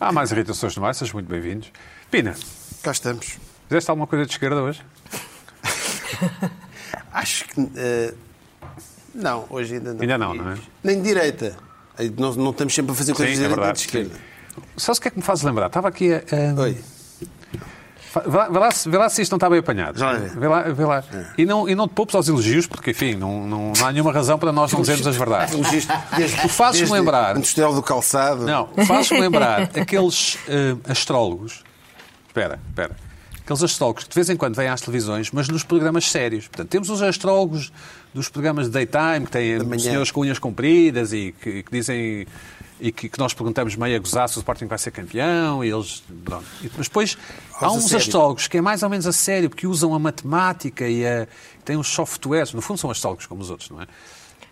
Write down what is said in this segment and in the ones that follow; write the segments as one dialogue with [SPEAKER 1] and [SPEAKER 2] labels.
[SPEAKER 1] Há mais irritações no ar, sejam muito bem-vindos. Pina,
[SPEAKER 2] Cá estamos.
[SPEAKER 1] fizeste alguma coisa de esquerda hoje?
[SPEAKER 2] Acho que. eh, não, hoje ainda não.
[SPEAKER 1] Ainda não, não é?
[SPEAKER 2] Nem de direita. Aí Não, não estamos sempre a fazer coisas de
[SPEAKER 1] é
[SPEAKER 2] direita ou
[SPEAKER 1] verdade.
[SPEAKER 2] de esquerda.
[SPEAKER 1] Sabes o que é que me faz lembrar? Estava aqui a. a-
[SPEAKER 2] Oi.
[SPEAKER 1] Fa- Vê lá, vê lá se- vê lá se isto não está bem apanhado.
[SPEAKER 2] Já É. vai ver.
[SPEAKER 1] Vê lá, vê lá. E, não, e não te poupes aos elogios, porque, enfim, não, não, não há nenhuma razão para nós não dizermos as verdades.
[SPEAKER 2] Registro desde-
[SPEAKER 1] Tu fazes-me
[SPEAKER 2] desde
[SPEAKER 1] lembrar.
[SPEAKER 2] Industrial do calçado.
[SPEAKER 1] Não, faz-me lembrar aqueles eh, astrólogos. Espera, espera. Aqueles astrólogos que de vez em quando vêm às televisões, mas nos programas sérios. Portanto, temos os astrólogos dos programas de daytime, que têm
[SPEAKER 2] manhã.
[SPEAKER 1] senhores com unhas compridas e que, que dizem. E que, que nós perguntamos meio a gozar se o Sporting vai ser campeão, e eles. Pronto. E- mas depois há
[SPEAKER 2] Aos a
[SPEAKER 1] uns
[SPEAKER 2] sério.
[SPEAKER 1] astrólogos que é mais ou menos a sério, porque usam a matemática e a, têm uns softwares. No fundo, são astrólogos como os outros, não é?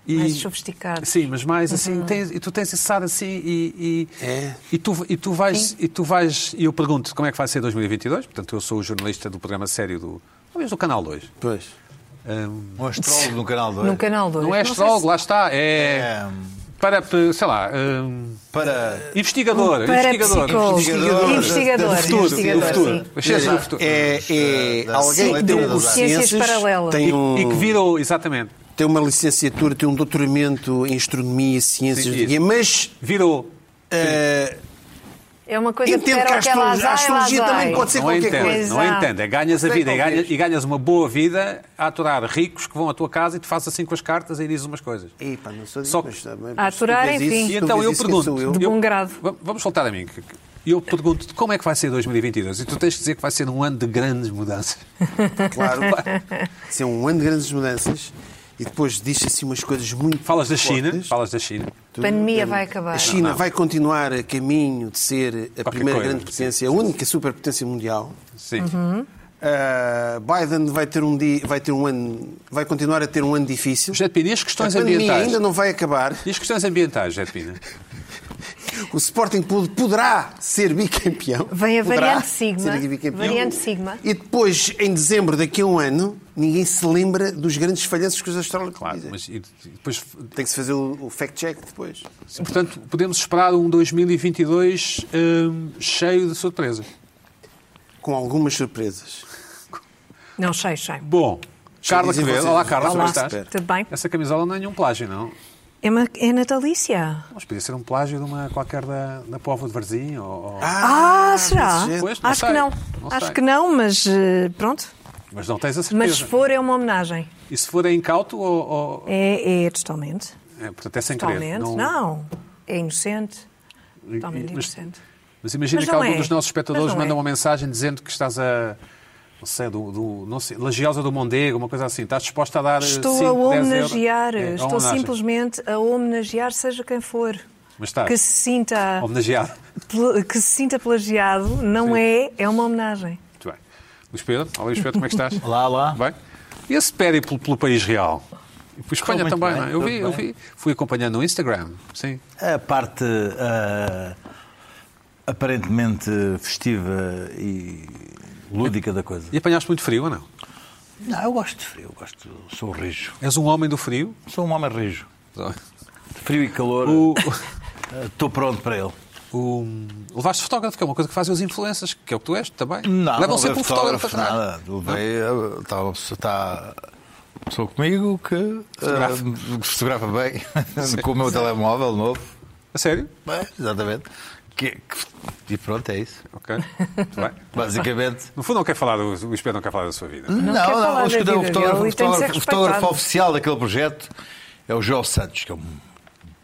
[SPEAKER 1] E-
[SPEAKER 3] Mais sofisticados.
[SPEAKER 1] Sim, mas mais assim,
[SPEAKER 3] Uhum.
[SPEAKER 1] tens- e tu tens esse ar assim e, e,
[SPEAKER 2] É.
[SPEAKER 1] e tu, e tu vais, e tu vais, e eu pergunto como é que vai ser 2022, portanto eu sou o jornalista do programa sério do, talvez do Canal 2.
[SPEAKER 2] Pois.
[SPEAKER 1] Ahm,
[SPEAKER 4] Um astrólogo no canal 2.
[SPEAKER 3] Num canal 2.
[SPEAKER 1] não é astrólogo, lá está, é,
[SPEAKER 4] É,
[SPEAKER 1] para, sei lá, ahm,
[SPEAKER 4] Para.
[SPEAKER 1] investigador,
[SPEAKER 3] Para
[SPEAKER 1] investigador.
[SPEAKER 3] psicólogo.
[SPEAKER 4] Investigador.
[SPEAKER 3] Um Investigador.
[SPEAKER 4] Do futuro, do
[SPEAKER 3] investigador,
[SPEAKER 1] futuro.
[SPEAKER 3] sim.
[SPEAKER 1] A ciência do futuro.
[SPEAKER 2] É, é
[SPEAKER 4] Da- da-
[SPEAKER 2] alguém que
[SPEAKER 4] Sim,
[SPEAKER 2] tem
[SPEAKER 4] do-
[SPEAKER 2] uma
[SPEAKER 3] ciências
[SPEAKER 2] ciências,
[SPEAKER 3] paralelas.
[SPEAKER 1] E,
[SPEAKER 2] Tem, um,
[SPEAKER 1] e que virou, exatamente,
[SPEAKER 2] tem uma licenciatura, tem um doutoramento em astronomia, ciências,
[SPEAKER 1] Sim, isso.
[SPEAKER 2] mas
[SPEAKER 1] virou.
[SPEAKER 2] eh,
[SPEAKER 3] É uma coisa que
[SPEAKER 2] entendo que
[SPEAKER 3] era
[SPEAKER 2] a
[SPEAKER 3] aquela
[SPEAKER 2] astrologia, a
[SPEAKER 3] azar, ela
[SPEAKER 2] astrologia
[SPEAKER 3] azar.
[SPEAKER 2] também pode ser
[SPEAKER 1] Não
[SPEAKER 2] qualquer
[SPEAKER 1] entende,
[SPEAKER 2] coisa.
[SPEAKER 1] não
[SPEAKER 3] Exato.
[SPEAKER 1] entende. É Ganhas a
[SPEAKER 2] Sei
[SPEAKER 1] vida e
[SPEAKER 2] qualquer
[SPEAKER 1] ganhas,
[SPEAKER 2] coisa.
[SPEAKER 1] e ganhas uma boa vida a aturar ricos que vão à tua casa e te fazes assim com as cartas e dizes umas coisas.
[SPEAKER 2] Epá, não sou disso,
[SPEAKER 1] Só que-
[SPEAKER 2] mas também,
[SPEAKER 3] A
[SPEAKER 2] se tu
[SPEAKER 3] aturar, é
[SPEAKER 2] vês
[SPEAKER 3] enfim.
[SPEAKER 2] se
[SPEAKER 1] E
[SPEAKER 2] tu
[SPEAKER 1] então
[SPEAKER 2] vês
[SPEAKER 1] eu
[SPEAKER 2] isso, quem
[SPEAKER 1] pergunto.
[SPEAKER 2] sou eu?
[SPEAKER 3] De
[SPEAKER 1] eu-
[SPEAKER 3] bom grado.
[SPEAKER 1] Va- Vamos voltar a mim. que- que- Eu pergunto-te como é que vai ser 2022 e tu tens de dizer que vai ser um ano de grandes mudanças.
[SPEAKER 2] Claro. Isso é um ano de grandes mudanças e depois diz assim umas coisas muito.
[SPEAKER 1] Falas da China,
[SPEAKER 2] fortes. eh,
[SPEAKER 1] falas da China.
[SPEAKER 3] A pandemia vai acabar.
[SPEAKER 2] A China vai continuar a caminho de ser a
[SPEAKER 1] Qualquer
[SPEAKER 2] primeira
[SPEAKER 1] coisa,
[SPEAKER 2] grande potência, a única superpotência mundial.
[SPEAKER 1] Sim.
[SPEAKER 3] Uhum.
[SPEAKER 2] Ah, Biden vai ter um dia, vai ter um ano, vai continuar a ter um ano difícil.
[SPEAKER 1] José de Pina, e as
[SPEAKER 2] A
[SPEAKER 1] questões
[SPEAKER 2] pandemia
[SPEAKER 1] ambientais?
[SPEAKER 2] ainda não vai acabar.
[SPEAKER 1] E as questões ambientais, José de Pina?
[SPEAKER 2] O Sporting pod- poderá ser bicampeão.
[SPEAKER 3] Vem a
[SPEAKER 2] Poderá
[SPEAKER 3] variante Sigma.
[SPEAKER 2] ser bicampeão.
[SPEAKER 3] Variante Sigma.
[SPEAKER 2] E depois, em dezembro, daqui a um ano, ninguém se lembra dos grandes falhanços que os astrólogos
[SPEAKER 1] Claro,
[SPEAKER 2] dizem.
[SPEAKER 1] mas e- e depois...
[SPEAKER 2] Tem que se fazer o, o fact-check depois.
[SPEAKER 1] Portanto, podemos esperar um 2022 hum, cheio de surpresas.
[SPEAKER 2] Com algumas surpresas.
[SPEAKER 3] Não, sei, sei.
[SPEAKER 1] Bom,
[SPEAKER 2] Sim,
[SPEAKER 1] Carla
[SPEAKER 2] dizem
[SPEAKER 1] Quevedo.
[SPEAKER 2] vocês.
[SPEAKER 1] Olá, Carla, como é
[SPEAKER 2] Olá.
[SPEAKER 1] estás?
[SPEAKER 3] Tudo bem?
[SPEAKER 1] Essa camisola não é nenhum plágio, não?
[SPEAKER 3] É, uma, é natalícia.
[SPEAKER 1] Mas podia ser um plágio de uma qualquer da, da Povo de Varzim ou... ou-
[SPEAKER 3] Ah, será?
[SPEAKER 2] desse jeito.
[SPEAKER 1] Pois, não
[SPEAKER 3] Acho
[SPEAKER 1] sei.
[SPEAKER 3] que não.
[SPEAKER 1] Não
[SPEAKER 3] Acho
[SPEAKER 1] sei.
[SPEAKER 3] que não, mas eh, pronto.
[SPEAKER 1] Mas não tens a certeza.
[SPEAKER 3] Mas se for, é uma homenagem.
[SPEAKER 1] E se for é incauto ou. ou-
[SPEAKER 3] É, é totalmente.
[SPEAKER 1] É, portanto, é sem querer.
[SPEAKER 3] Totalmente. Não. É inocente. Totalmente
[SPEAKER 1] mas,
[SPEAKER 3] inocente.
[SPEAKER 1] mas imagina
[SPEAKER 3] Mas
[SPEAKER 1] que
[SPEAKER 3] não
[SPEAKER 1] algum
[SPEAKER 3] é.
[SPEAKER 1] dos nossos espectadores
[SPEAKER 3] Mas não
[SPEAKER 1] manda
[SPEAKER 3] é.
[SPEAKER 1] uma mensagem dizendo que estás a. Não sei, do, do, não sei, Lagiosa do Mondego, uma coisa assim. Estás disposta a dar.
[SPEAKER 3] Estou
[SPEAKER 1] cinco,
[SPEAKER 3] a
[SPEAKER 1] 10 euros?
[SPEAKER 3] homenagear,
[SPEAKER 1] É, a
[SPEAKER 3] estou
[SPEAKER 1] homenagem.
[SPEAKER 3] simplesmente a homenagear, seja quem for.
[SPEAKER 1] Mas estás.
[SPEAKER 3] Que se sinta,
[SPEAKER 1] Homenageado.
[SPEAKER 3] pla- que se sinta plagiado, não é, é uma homenagem.
[SPEAKER 1] Muito bem. Luís Pedro, olá Luís Pedro, como é que estás?
[SPEAKER 4] Olá, olá.
[SPEAKER 1] Bem? E esse périplo pelo país real? E por Espanha
[SPEAKER 4] Correu muito
[SPEAKER 1] também,
[SPEAKER 4] bem,
[SPEAKER 1] não é? Eu vi,
[SPEAKER 4] tudo
[SPEAKER 1] eu
[SPEAKER 4] bem.
[SPEAKER 1] vi. Fui acompanhando no Instagram, sim.
[SPEAKER 4] A parte ah, aparentemente festiva e lúdica da coisa.
[SPEAKER 1] E apanhaste muito frio ou não?
[SPEAKER 4] Não, eu gosto de frio, eu gosto, sou rijo.
[SPEAKER 1] És um homem do frio?
[SPEAKER 4] Sou um homem rijo. De frio e calor,
[SPEAKER 1] O-
[SPEAKER 4] ah, estou pronto para ele.
[SPEAKER 1] O... Levaste fotógrafo, que é uma coisa que fazem os influencers, que é o que tu és também.
[SPEAKER 4] Não,
[SPEAKER 1] Levam
[SPEAKER 4] não
[SPEAKER 1] sempre
[SPEAKER 4] levei
[SPEAKER 1] um fotógrafo atrás.
[SPEAKER 4] Nada. Levei, eh, está uma pessoa, está uma pessoa comigo que eh,
[SPEAKER 1] Fotografa.
[SPEAKER 4] que fotografa bem, com o meu telemóvel novo.
[SPEAKER 1] A sério?
[SPEAKER 4] Bem, exatamente. Que- que- e pronto, é isso.
[SPEAKER 1] Ok. Muito bem.
[SPEAKER 4] Basicamente.
[SPEAKER 1] No fundo, não quer falar do... o Luís Pedro não quer falar da sua vida.
[SPEAKER 4] Não,
[SPEAKER 3] quer falar da
[SPEAKER 4] acho que
[SPEAKER 3] vida
[SPEAKER 4] o fotógrafo,
[SPEAKER 3] dele
[SPEAKER 4] o
[SPEAKER 3] e tem de ser
[SPEAKER 4] fotógrafo- o fotógrafo
[SPEAKER 3] respeitado.
[SPEAKER 4] oficial daquele projeto é o João Santos, que é um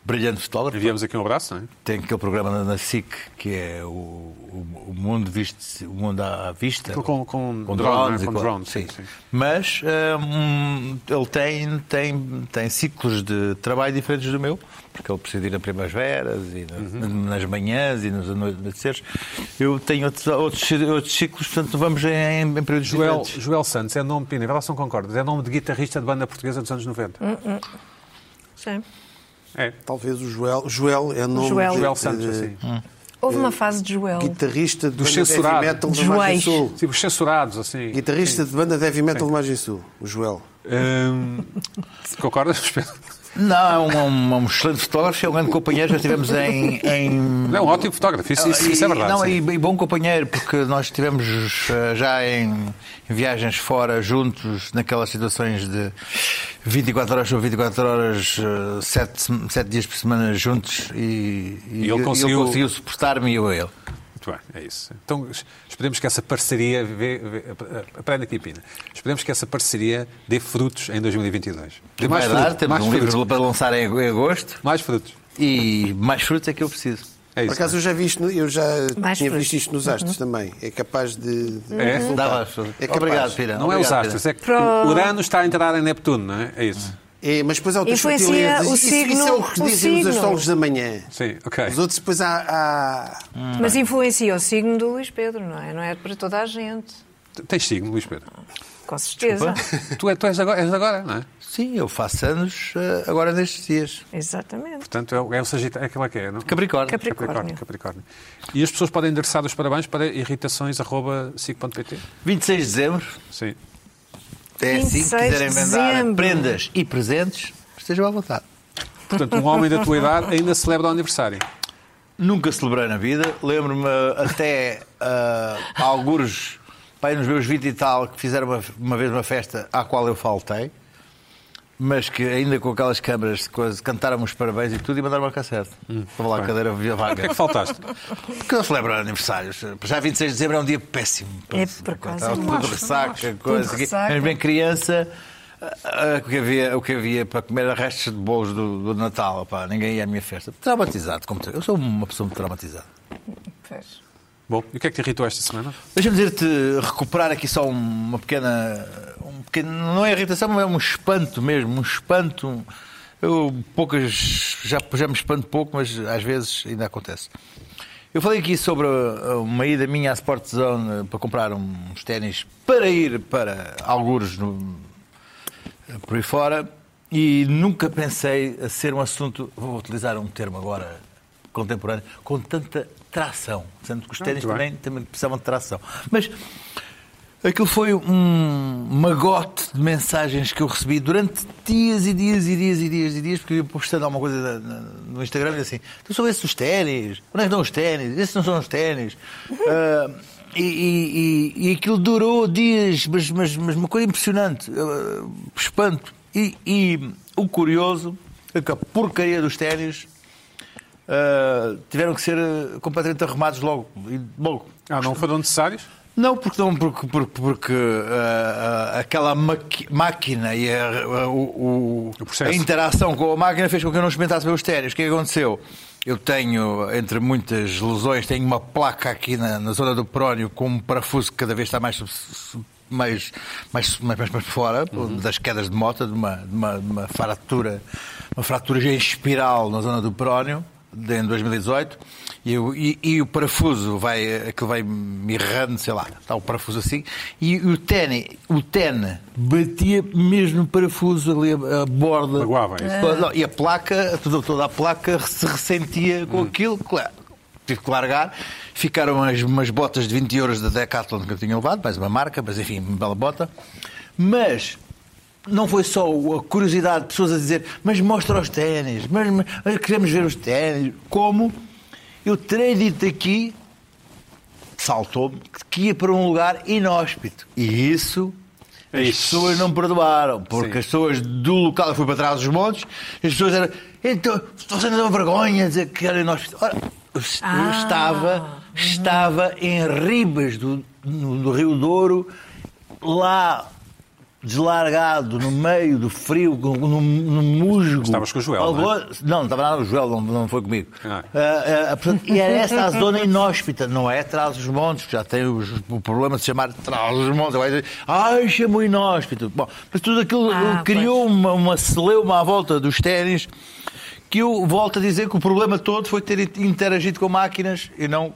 [SPEAKER 4] brilhante fotógrafo.
[SPEAKER 1] Enviamos aqui um abraço, não é?
[SPEAKER 4] Tem aquele programa na- na SIC que é o, o- o mundo visto, o mundo à vista.
[SPEAKER 1] Aquilo com- com drone, não é?
[SPEAKER 4] e
[SPEAKER 1] Com drone, sim,
[SPEAKER 4] sim.
[SPEAKER 1] sim.
[SPEAKER 4] Mas hum, ele tem, tem, tem ciclos de trabalho diferentes do meu, porque ele precisa ir a primaveras e
[SPEAKER 1] Uhum.
[SPEAKER 4] na- nas manhãs e nos anoiteceres. Eu tenho outros, outros, outros ciclos, portanto vamos em, em períodos
[SPEAKER 1] Joel,
[SPEAKER 4] diferentes.
[SPEAKER 1] Joel Santos é nome, Pina, relação concordas, é nome de guitarrista de banda portuguesa dos anos 90.
[SPEAKER 3] Sim.
[SPEAKER 1] É.
[SPEAKER 2] Talvez o Joel. Joel é o nome
[SPEAKER 3] Joel.
[SPEAKER 2] de-
[SPEAKER 1] Joel
[SPEAKER 2] de-
[SPEAKER 1] Santos,
[SPEAKER 2] de-
[SPEAKER 4] Hum.
[SPEAKER 1] assim.
[SPEAKER 3] Houve uma fase de Joel.
[SPEAKER 2] Guitarrista de
[SPEAKER 1] Dos
[SPEAKER 2] banda de heavy
[SPEAKER 1] censurados.
[SPEAKER 2] metal de
[SPEAKER 3] Joéis.
[SPEAKER 2] Margem Sul.
[SPEAKER 1] Tipo, os censurados, assim. eh,
[SPEAKER 2] Guitarrista de banda de heavy metal de Margem Sul, o Joel.
[SPEAKER 1] Hum, Concordas, Luís Pedro?
[SPEAKER 4] Não, é um, um, um excelente fotógrafo, é um grande companheiro. Já estivemos em. em...
[SPEAKER 1] Não, é um ótimo fotógrafo, isso, isso- isso é verdade.
[SPEAKER 4] Não,
[SPEAKER 1] sim.
[SPEAKER 4] e, e bom companheiro, porque nós estivemos eh, já em viagens fora juntos, naquelas situações de 24 horas ou 24 horas, 7, dias por semana juntos, e, e
[SPEAKER 1] ele conseguiu-
[SPEAKER 4] conseguiu suportar-me e eu a ele.
[SPEAKER 1] Muito bem, é isso. Então es- esperemos que essa parceria. Vê, vê, ap- aprenda aqui, Pina. Esperemos que essa parceria dê frutos em 2022. Dê mais
[SPEAKER 4] Vai dar,
[SPEAKER 1] frutos.
[SPEAKER 4] temos
[SPEAKER 1] Mais
[SPEAKER 4] um
[SPEAKER 1] frutos.
[SPEAKER 4] livro para lançar em em agosto,
[SPEAKER 1] Mais frutos.
[SPEAKER 4] e mais frutos é que eu preciso.
[SPEAKER 1] É
[SPEAKER 2] Por
[SPEAKER 1] isso.
[SPEAKER 2] acaso eu já vi isto, no- eu já
[SPEAKER 3] Mais
[SPEAKER 2] tinha
[SPEAKER 3] Uhum. frutos.
[SPEAKER 2] visto isto nos astros também. É capaz de. de
[SPEAKER 1] É?
[SPEAKER 2] resultar.
[SPEAKER 4] Dava às pessoas.
[SPEAKER 2] É capaz.
[SPEAKER 4] Obrigado, Pira.
[SPEAKER 1] não é os
[SPEAKER 4] Obrigado, Uhum.
[SPEAKER 1] astros,
[SPEAKER 4] Pira.
[SPEAKER 1] é que o Urano está a entrar em Neptuno, não é? É isso.
[SPEAKER 2] É, mas depois há outras
[SPEAKER 3] Influencia
[SPEAKER 2] sutilezas.
[SPEAKER 3] o
[SPEAKER 2] Isso- Isso é
[SPEAKER 3] signo-
[SPEAKER 2] o que
[SPEAKER 3] o
[SPEAKER 2] dizem os
[SPEAKER 3] signo.
[SPEAKER 2] astrólogos da manhã.
[SPEAKER 1] Sim, ok.
[SPEAKER 2] Os outros depois há. há-
[SPEAKER 3] Mas influencia o signo do Luís Pedro, não é? Não é para toda a gente.
[SPEAKER 1] T- Tens signo, Luís Pedro.
[SPEAKER 3] Com certeza.
[SPEAKER 1] tu, é, tu és, agora, és agora, não é?
[SPEAKER 4] Sim, eu faço anos eh, agora nestes dias.
[SPEAKER 3] Exatamente.
[SPEAKER 1] Portanto, é, o- é o Sagitário, é aquela que é, não?
[SPEAKER 4] Capricórnio.
[SPEAKER 3] Capricórnio.
[SPEAKER 1] Capricórnio. E as pessoas podem endereçar os parabéns para irritações.sic.pt.
[SPEAKER 4] 26 de dezembro,
[SPEAKER 1] Sim.
[SPEAKER 4] é assim que
[SPEAKER 3] 26
[SPEAKER 4] quiserem
[SPEAKER 3] de
[SPEAKER 4] mandar
[SPEAKER 3] dezembro.
[SPEAKER 4] prendas e presentes, estejam à vontade.
[SPEAKER 1] Portanto, um homem da tua idade ainda celebra o aniversário.
[SPEAKER 4] Nunca celebrei na vida, lembro-me uh, até ah, algures, pai nos meus 20 e tal, que fizeram uma, uma vez uma festa à qual eu faltei, mas que ainda com aquelas câmaras coisa, cantaram os parabéns e tudo e mandaram uma cassete. Estava lá a cadeira
[SPEAKER 1] O que é
[SPEAKER 4] vaga.
[SPEAKER 1] que faltaste?
[SPEAKER 4] Porque eu celebro aniversários. Já 26 de dezembro é um dia péssimo.
[SPEAKER 3] É, por acaso,
[SPEAKER 4] Estava
[SPEAKER 3] eu
[SPEAKER 4] tudo
[SPEAKER 3] acho,
[SPEAKER 4] de ressaca,
[SPEAKER 3] acho.
[SPEAKER 4] coisa.
[SPEAKER 3] Tudo
[SPEAKER 4] aqui.
[SPEAKER 3] ressaca.
[SPEAKER 4] Mas bem criança, ah, ah, o, que havia, o que havia para comer era restos de bolos do, do Natal. opá, ninguém ia à minha festa. Traumatizado, como tu. Eu sou uma pessoa muito traumatizada.
[SPEAKER 3] Pois.
[SPEAKER 1] Bom, e o que é que te irritou esta semana?
[SPEAKER 4] Deixa-me dizer-te, recuperar aqui só uma pequena. Um pequeno, não é irritação, mas é um espanto mesmo, um espanto. Eu poucas. Já, já me espanto pouco, mas às vezes ainda acontece. Eu falei aqui sobre uh, uma ida minha à Sport Zone uh, para comprar uns ténis para ir para algures no, eh, por aí fora e nunca pensei a ser um assunto, vou utilizar um termo agora contemporâneo, com tanta tração. Sendo que os ténis
[SPEAKER 1] muito bem.
[SPEAKER 4] também, também precisavam de tração. Mas aquilo foi um magote de mensagens que eu recebi durante dias e dias e dias e dias e dias, porque eu ia postando alguma coisa na- na- no Instagram e assim, tu são esses os ténis, onde é que estão os ténis, esses não são os ténis. Ah, e, e- e- e aquilo durou dias, mas, mas, mas uma coisa impressionante, ah, espanto. E, e o curioso é que a porcaria dos ténis ah, tiveram que ser ah, completamente arrumados logo. e logo.
[SPEAKER 1] Ah, não foram necessários?
[SPEAKER 4] Não, porque, não, porque, porque, porque, ah, ah, aquela maqui- máquina e a, a- o- o-
[SPEAKER 1] O processo.
[SPEAKER 4] a interação com a máquina fez com que eu não experimentasse meus estéreos. O que é que aconteceu? Eu tenho, entre muitas lesões, tenho uma placa aqui na, na zona do prónio com um parafuso que cada vez está mais, sub- sub- mais, mais, mais, mais para fora, das quedas de moto, de uma, de uma, de uma fratura, uma fratura em espiral na zona do prónio de- em 2018 e, o- e- e o parafuso vai, aquilo vai mirrando, sei lá, está o parafuso assim, e o tene, o tene batia mesmo no parafuso ali a, a borda.
[SPEAKER 1] Magoava isso.
[SPEAKER 4] Ah, não, E a placa, toda, toda a placa se ressentia com aquilo, claro. Tive que largar, ficaram as, umas botas de 20 euros da Decathlon que eu tinha levado, mais uma marca, mas enfim, uma bela bota. Mas não foi só a curiosidade de pessoas a dizer, mas mostra os ténis, mas, mas queremos ver os ténis. Como eu terei dito aqui, saltou-me, que ia para um lugar inóspito. E isso as
[SPEAKER 1] Ixi.
[SPEAKER 4] pessoas não perdoaram, porque
[SPEAKER 1] Sim.
[SPEAKER 4] as pessoas do local, eu fui para trás dos montes, as pessoas eram, então, vocês não dão vergonha de dizer que era inóspito. Ora, eu, est- eu
[SPEAKER 3] Ah.
[SPEAKER 4] estava, estava em Ribas do, no- do Rio Douro, lá deslargado, no meio do frio, com- no, no musgo.
[SPEAKER 1] Estavas com o Joel, não é?
[SPEAKER 4] Algo- não, não estava nada no Joel, não, não foi comigo.
[SPEAKER 1] Ah.
[SPEAKER 4] Ah, ah, portanto, e era essa a zona inóspita, não é Trás os Montes, que já tem os- o problema de chamar Trás os Montes. Agora, dizem, ai, chamou inóspito. Bom, mas tudo aquilo
[SPEAKER 3] Ah,
[SPEAKER 4] criou uma, uma celeuma à volta dos ténis que eu volto a dizer que o problema todo foi ter interagido com máquinas e não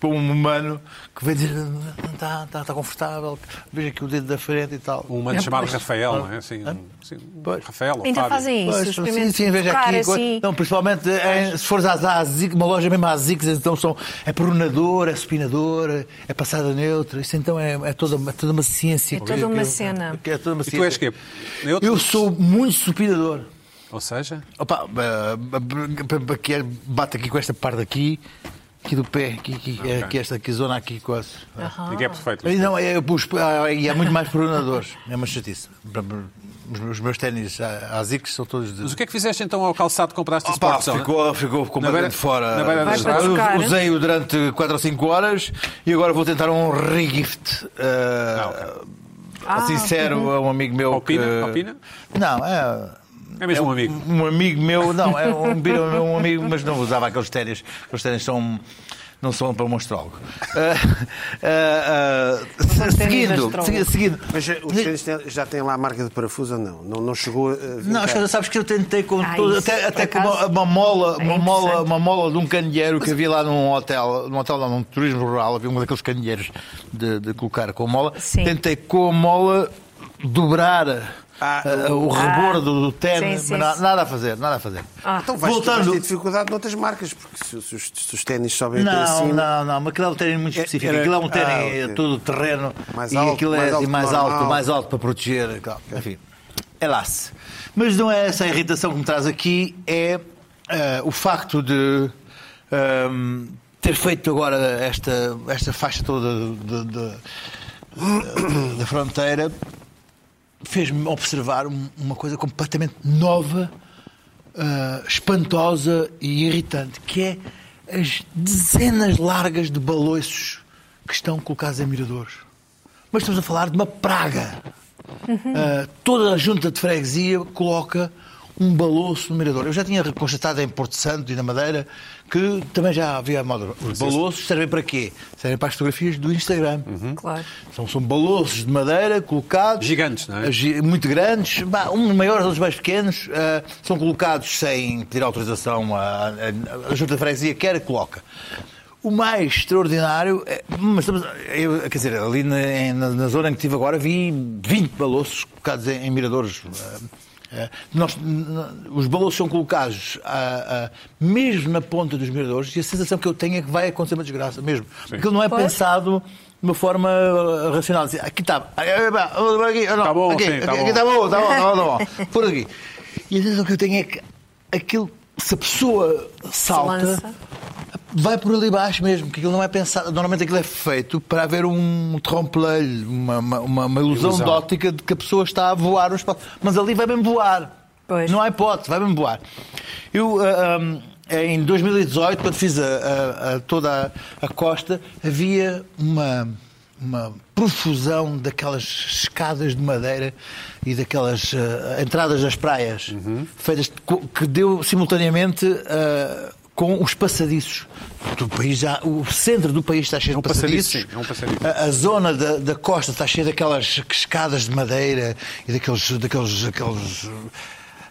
[SPEAKER 4] com um humano que vem dizer não está, está, está confortável, veja aqui o dedo da frente e tal.
[SPEAKER 1] Um humano
[SPEAKER 4] É,
[SPEAKER 1] chamado
[SPEAKER 4] pois. Ah.
[SPEAKER 1] Rafael, não é? Sim, um- sim, um
[SPEAKER 4] Pois.
[SPEAKER 1] Rafael ou
[SPEAKER 3] Ainda
[SPEAKER 1] Fábio.
[SPEAKER 3] fazem isso.
[SPEAKER 4] Pois,
[SPEAKER 3] os
[SPEAKER 4] sim,
[SPEAKER 3] primeiros
[SPEAKER 4] sim, veja
[SPEAKER 3] tocar,
[SPEAKER 4] aqui.
[SPEAKER 3] assim.
[SPEAKER 4] Não, principalmente eh, em- se fores às, às Zig- uma loja mesmo às Zix, então são, é pronador, é supinador, é passada neutra, isso então é, é toda, é toda uma ciência.
[SPEAKER 3] É toda uma cena.
[SPEAKER 4] É, toda uma
[SPEAKER 1] E tu
[SPEAKER 4] ciência.
[SPEAKER 1] és quê? Neutro?
[SPEAKER 4] Eu sou muito supinador.
[SPEAKER 1] Ou seja,
[SPEAKER 4] Opa, ah, ah, ah, que é- bate aqui com esta parte aqui, aqui do pé, aqui, aqui, é aqui esta aqui, zona aqui quase.
[SPEAKER 1] ninguém é perfeito.
[SPEAKER 4] E não, é, os- ah, e é muito mais pronadores. É uma chatice. Os meus, os meus ténis ah, Asics são todos de.
[SPEAKER 1] Mas o que é que fizeste então ao calçado que compraste esse
[SPEAKER 4] Opa,
[SPEAKER 1] Sportzone?
[SPEAKER 4] Ah, ficou, ficou completamente
[SPEAKER 1] beira-
[SPEAKER 4] fora.
[SPEAKER 1] na beira da Vai
[SPEAKER 3] estrada. para tocar.
[SPEAKER 4] Usei-o durante 4 ou 5 horas e agora vou tentar um regift. ah, sincero a um amigo meu.
[SPEAKER 1] Opina?
[SPEAKER 4] que-
[SPEAKER 1] Opina?
[SPEAKER 4] Não, é.
[SPEAKER 1] É mesmo
[SPEAKER 4] é
[SPEAKER 1] um amigo.
[SPEAKER 4] Um amigo meu, não, é um, bira- um amigo, mas não usava aqueles ténis. Aqueles ténis são. Não são para um astrólogo. Ah, ah, ah,
[SPEAKER 3] ténis de
[SPEAKER 4] seguindo,
[SPEAKER 3] astrólogo.
[SPEAKER 4] segui- seguindo.
[SPEAKER 2] Mas eh, os tênis têm- já têm lá a marca de parafuso ou não? Não, não chegou a. vir
[SPEAKER 4] Não,
[SPEAKER 2] cá?
[SPEAKER 4] Xana, sabes que eu tentei com
[SPEAKER 3] Ah,
[SPEAKER 4] tudo,
[SPEAKER 3] isso,
[SPEAKER 4] até,
[SPEAKER 3] por
[SPEAKER 4] até com
[SPEAKER 3] acaso,
[SPEAKER 4] uma, uma mola,
[SPEAKER 3] é
[SPEAKER 4] uma, mola,
[SPEAKER 3] interessante.
[SPEAKER 4] uma mola de um candeeiro que havia lá num hotel, num hotel não, num turismo rural, havia um daqueles candeeiros de, de colocar com a mola.
[SPEAKER 3] Sim.
[SPEAKER 4] Tentei com a mola dobrar
[SPEAKER 2] Ah,
[SPEAKER 4] ah, o rebordo do
[SPEAKER 3] sim,
[SPEAKER 4] tênis,
[SPEAKER 3] Ah, sim,
[SPEAKER 4] mas na-
[SPEAKER 3] sim. Ah.
[SPEAKER 4] nada a fazer, nada a fazer.
[SPEAKER 2] Então vais, vais ter
[SPEAKER 4] Voltando.
[SPEAKER 2] dificuldade noutras marcas, porque se, se os, se os ténis sobem até
[SPEAKER 4] Não,
[SPEAKER 2] assim.
[SPEAKER 4] não, não, mas aquilo é um tênis muito
[SPEAKER 2] É-
[SPEAKER 4] específico.
[SPEAKER 2] era-
[SPEAKER 4] Aquilo é um
[SPEAKER 2] Ah,
[SPEAKER 4] tênis
[SPEAKER 2] ok.
[SPEAKER 4] todo terreno
[SPEAKER 2] Mais
[SPEAKER 4] e
[SPEAKER 2] alto,
[SPEAKER 4] aquilo é
[SPEAKER 2] mais
[SPEAKER 4] e
[SPEAKER 2] alto que
[SPEAKER 4] mais
[SPEAKER 2] normal.
[SPEAKER 4] alto, mais alto para proteger. claro. Enfim, é laço. Mas não é essa a irritação que me traz aqui, é ah, o facto de ahm, ter feito agora esta, esta faixa toda de- de- da fronteira fez-me observar um- uma coisa completamente nova, ah, espantosa e irritante, que é as dezenas largas de baloiços que estão colocados em miradores. Mas estamos a falar de uma praga. Ah, toda a junta de freguesia coloca um baloço no mirador. Eu já tinha constatado em Porto Santo e na Madeira que também já havia moda. Os baloços servem para quê? Servem para as fotografias do Instagram.
[SPEAKER 1] Uhum.
[SPEAKER 3] Claro.
[SPEAKER 4] São, são balouços de madeira colocados.
[SPEAKER 1] Gigantes, não é?
[SPEAKER 4] Gi- eh, Muito grandes, bah, uns maiores, outros mais pequenos. ah, são colocados sem pedir autorização. à- à- A Junta de Freguesia quer, coloca. O mais extraordinário. É, mas estamos, eu, quer dizer, ali na, em- na, na zona em que estive agora, vi 20 balouços colocados em, em miradores. ah, ah, nós- n- os balouços são colocados ah, ah, mesmo na ponta dos miradores e a sensação que eu tenho é que vai acontecer uma desgraça mesmo. Porque não é
[SPEAKER 3] Pois.
[SPEAKER 4] pensado de uma forma ah, racional. Dizer, Aqui está. ah, ah, ah, ah, aqui, ah, não,
[SPEAKER 1] Tá bom,
[SPEAKER 4] aqui,
[SPEAKER 1] sim, tá
[SPEAKER 4] aqui,
[SPEAKER 1] bom.
[SPEAKER 4] tá bom, tá bom, tá bom, tá bom. Por aqui. E a sensação que eu tenho é que aquilo, se a pessoa salta,
[SPEAKER 3] lança.
[SPEAKER 4] vai por ali baixo mesmo, que aquilo não é pensado. Normalmente aquilo é feito para haver um trompe-l'œil, uma, uma, uma- uma ilusão,
[SPEAKER 1] Ilusão.
[SPEAKER 4] de óptica de que a pessoa está a voar no espaço. Mas ali vai mesmo voar.
[SPEAKER 3] Pois.
[SPEAKER 4] Não há hipótese, vai mesmo voar. Eu. ah, ah, em 2018, quando fiz a- a- a toda a, a costa, havia uma, uma profusão daquelas escadas de madeira e daquelas eh, entradas das praias feitas co- que deu simultaneamente eh, com os passadiços. Do país já, o centro do país está cheio de
[SPEAKER 1] passadiço,
[SPEAKER 4] passadiços.
[SPEAKER 1] sim, é um passadiço.
[SPEAKER 4] A, a zona da, da costa está cheia daquelas escadas de madeira e daqueles, daqueles, daqueles,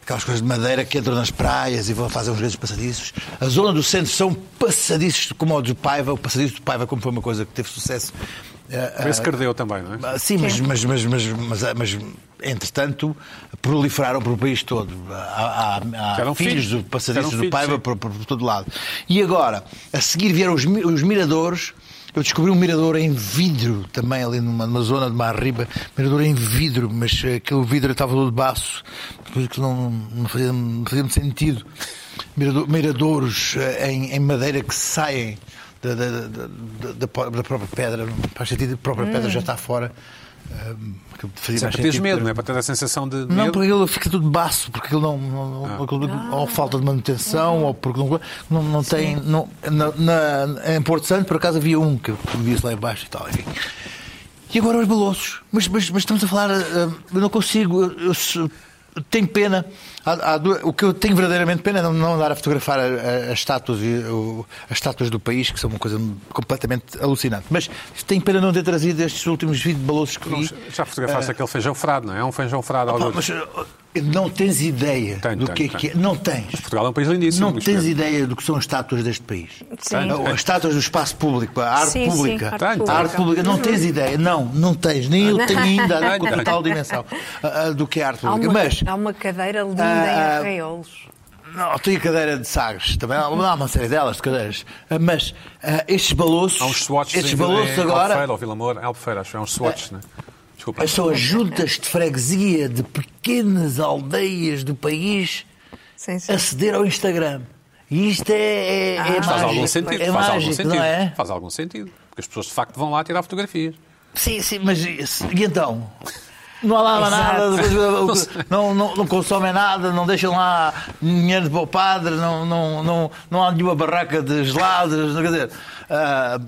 [SPEAKER 4] aquelas coisas de madeira que entram nas praias e vão fazer uns grandes passadiços. A zona do centro são passadiços como o do Paiva. O passadiço do Paiva, como foi uma coisa que teve sucesso. eh,
[SPEAKER 1] Esse cardeu também, não é?
[SPEAKER 4] ah, Sim, mas, mas, mas, mas, mas, ah, mas, entretanto proliferaram para o país todo. Ah, Há, há- há
[SPEAKER 1] Eram
[SPEAKER 4] filhos
[SPEAKER 1] filhos.
[SPEAKER 4] do passadiço
[SPEAKER 1] Eram
[SPEAKER 4] do
[SPEAKER 1] filhos,
[SPEAKER 4] Paiva
[SPEAKER 1] sim.
[SPEAKER 4] por, por- por todo lado. E agora, a seguir vieram os, mi- os miradores. Eu descobri um mirador em vidro, também ali numa, numa zona de mar riba, mirador em vidro, mas eh, aquele vidro estava todo de baço, coisa que não, não fazia, não fazia muito sentido. Mirador- miradores eh, em, em madeira que saem da, da, da, da- da pró- da própria pedra, não faz sentido, a própria pedra já está fora. eh, que fazia
[SPEAKER 1] Isso é
[SPEAKER 4] mais
[SPEAKER 1] para teres
[SPEAKER 4] sentido.
[SPEAKER 1] medo, não é? Para ter a sensação de medo.
[SPEAKER 4] tipo- Não, porque ele fica tudo baço, porque ele não, não- aquilo- ou falta de manutenção, ou porque não, não, não tem. Não, na- na- em Porto Santo, por acaso, havia um que via-se lá embaixo e tal, enfim. E agora os balouços. Mas, mas, mas estamos a falar. ah, Eu não consigo. Eu, eu se- eu tenho pena. Há- há du- o que eu tenho verdadeiramente pena é não, não andar a fotografar a- a- as estátuas, e o- as estátuas do país, que são uma coisa completamente alucinante. Mas tenho pena não ter trazido estes últimos 20 balouços que vi.
[SPEAKER 1] Já fotografaste aquele feijão frado, não é? É um feijão frado.
[SPEAKER 4] Pá,
[SPEAKER 1] algo-
[SPEAKER 4] mas uh, não tens ideia
[SPEAKER 1] Tenho,
[SPEAKER 4] do
[SPEAKER 1] tenho,
[SPEAKER 4] que é que é.
[SPEAKER 1] tenho.
[SPEAKER 4] Não tens.
[SPEAKER 1] Portugal é um país lindíssimo.
[SPEAKER 4] Não
[SPEAKER 1] Luís
[SPEAKER 4] tens
[SPEAKER 1] Pedro.
[SPEAKER 4] ideia do que são as estátuas deste país.
[SPEAKER 3] Sim.
[SPEAKER 4] Ou As estátuas do espaço público, a arte
[SPEAKER 3] Sim, sim,
[SPEAKER 4] pública.
[SPEAKER 3] arte Uhum.
[SPEAKER 4] a
[SPEAKER 1] pública.
[SPEAKER 4] arte pública. Não tens ideia. Não, não tens. Nem eu tenho ainda
[SPEAKER 1] Tenho,
[SPEAKER 4] com a tal dimensão ah, ah, do que é a arte
[SPEAKER 3] Há
[SPEAKER 4] pública.
[SPEAKER 3] uma,
[SPEAKER 4] Mas
[SPEAKER 3] há uma cadeira linda
[SPEAKER 4] Ah,
[SPEAKER 3] em arraiolos.
[SPEAKER 4] não, tem a cadeira de Sagres também. Há há uma série delas de cadeiras. Ah, Mas ah, estes balouços.
[SPEAKER 1] Há uns swatches
[SPEAKER 4] estes
[SPEAKER 1] em-
[SPEAKER 4] balouços
[SPEAKER 1] em
[SPEAKER 4] agora. eh,
[SPEAKER 1] Albufeira, ou Vila Moura. Em Albufeira, acho. que É uns swatches, não é? Desculpa.
[SPEAKER 4] São as juntas de freguesia de pequenas aldeias do país
[SPEAKER 3] Sim, sim.
[SPEAKER 4] aceder ao Instagram. E isto é, é, é
[SPEAKER 3] Ah,
[SPEAKER 1] Faz algum
[SPEAKER 4] mágico,
[SPEAKER 1] sentido.
[SPEAKER 4] É
[SPEAKER 1] faz algum
[SPEAKER 4] mágico,
[SPEAKER 1] sentido.
[SPEAKER 4] não é?
[SPEAKER 1] Faz algum sentido. Porque as pessoas de facto vão lá tirar fotografias.
[SPEAKER 4] Sim, sim, mas isso- e então? Não há lá nada,
[SPEAKER 3] Exato.
[SPEAKER 4] depois, uh, não, não, não consomem nada, não deixam lá dinheiro para o padre, não, não, não, não há nenhuma barraca de gelados, quer dizer. ah,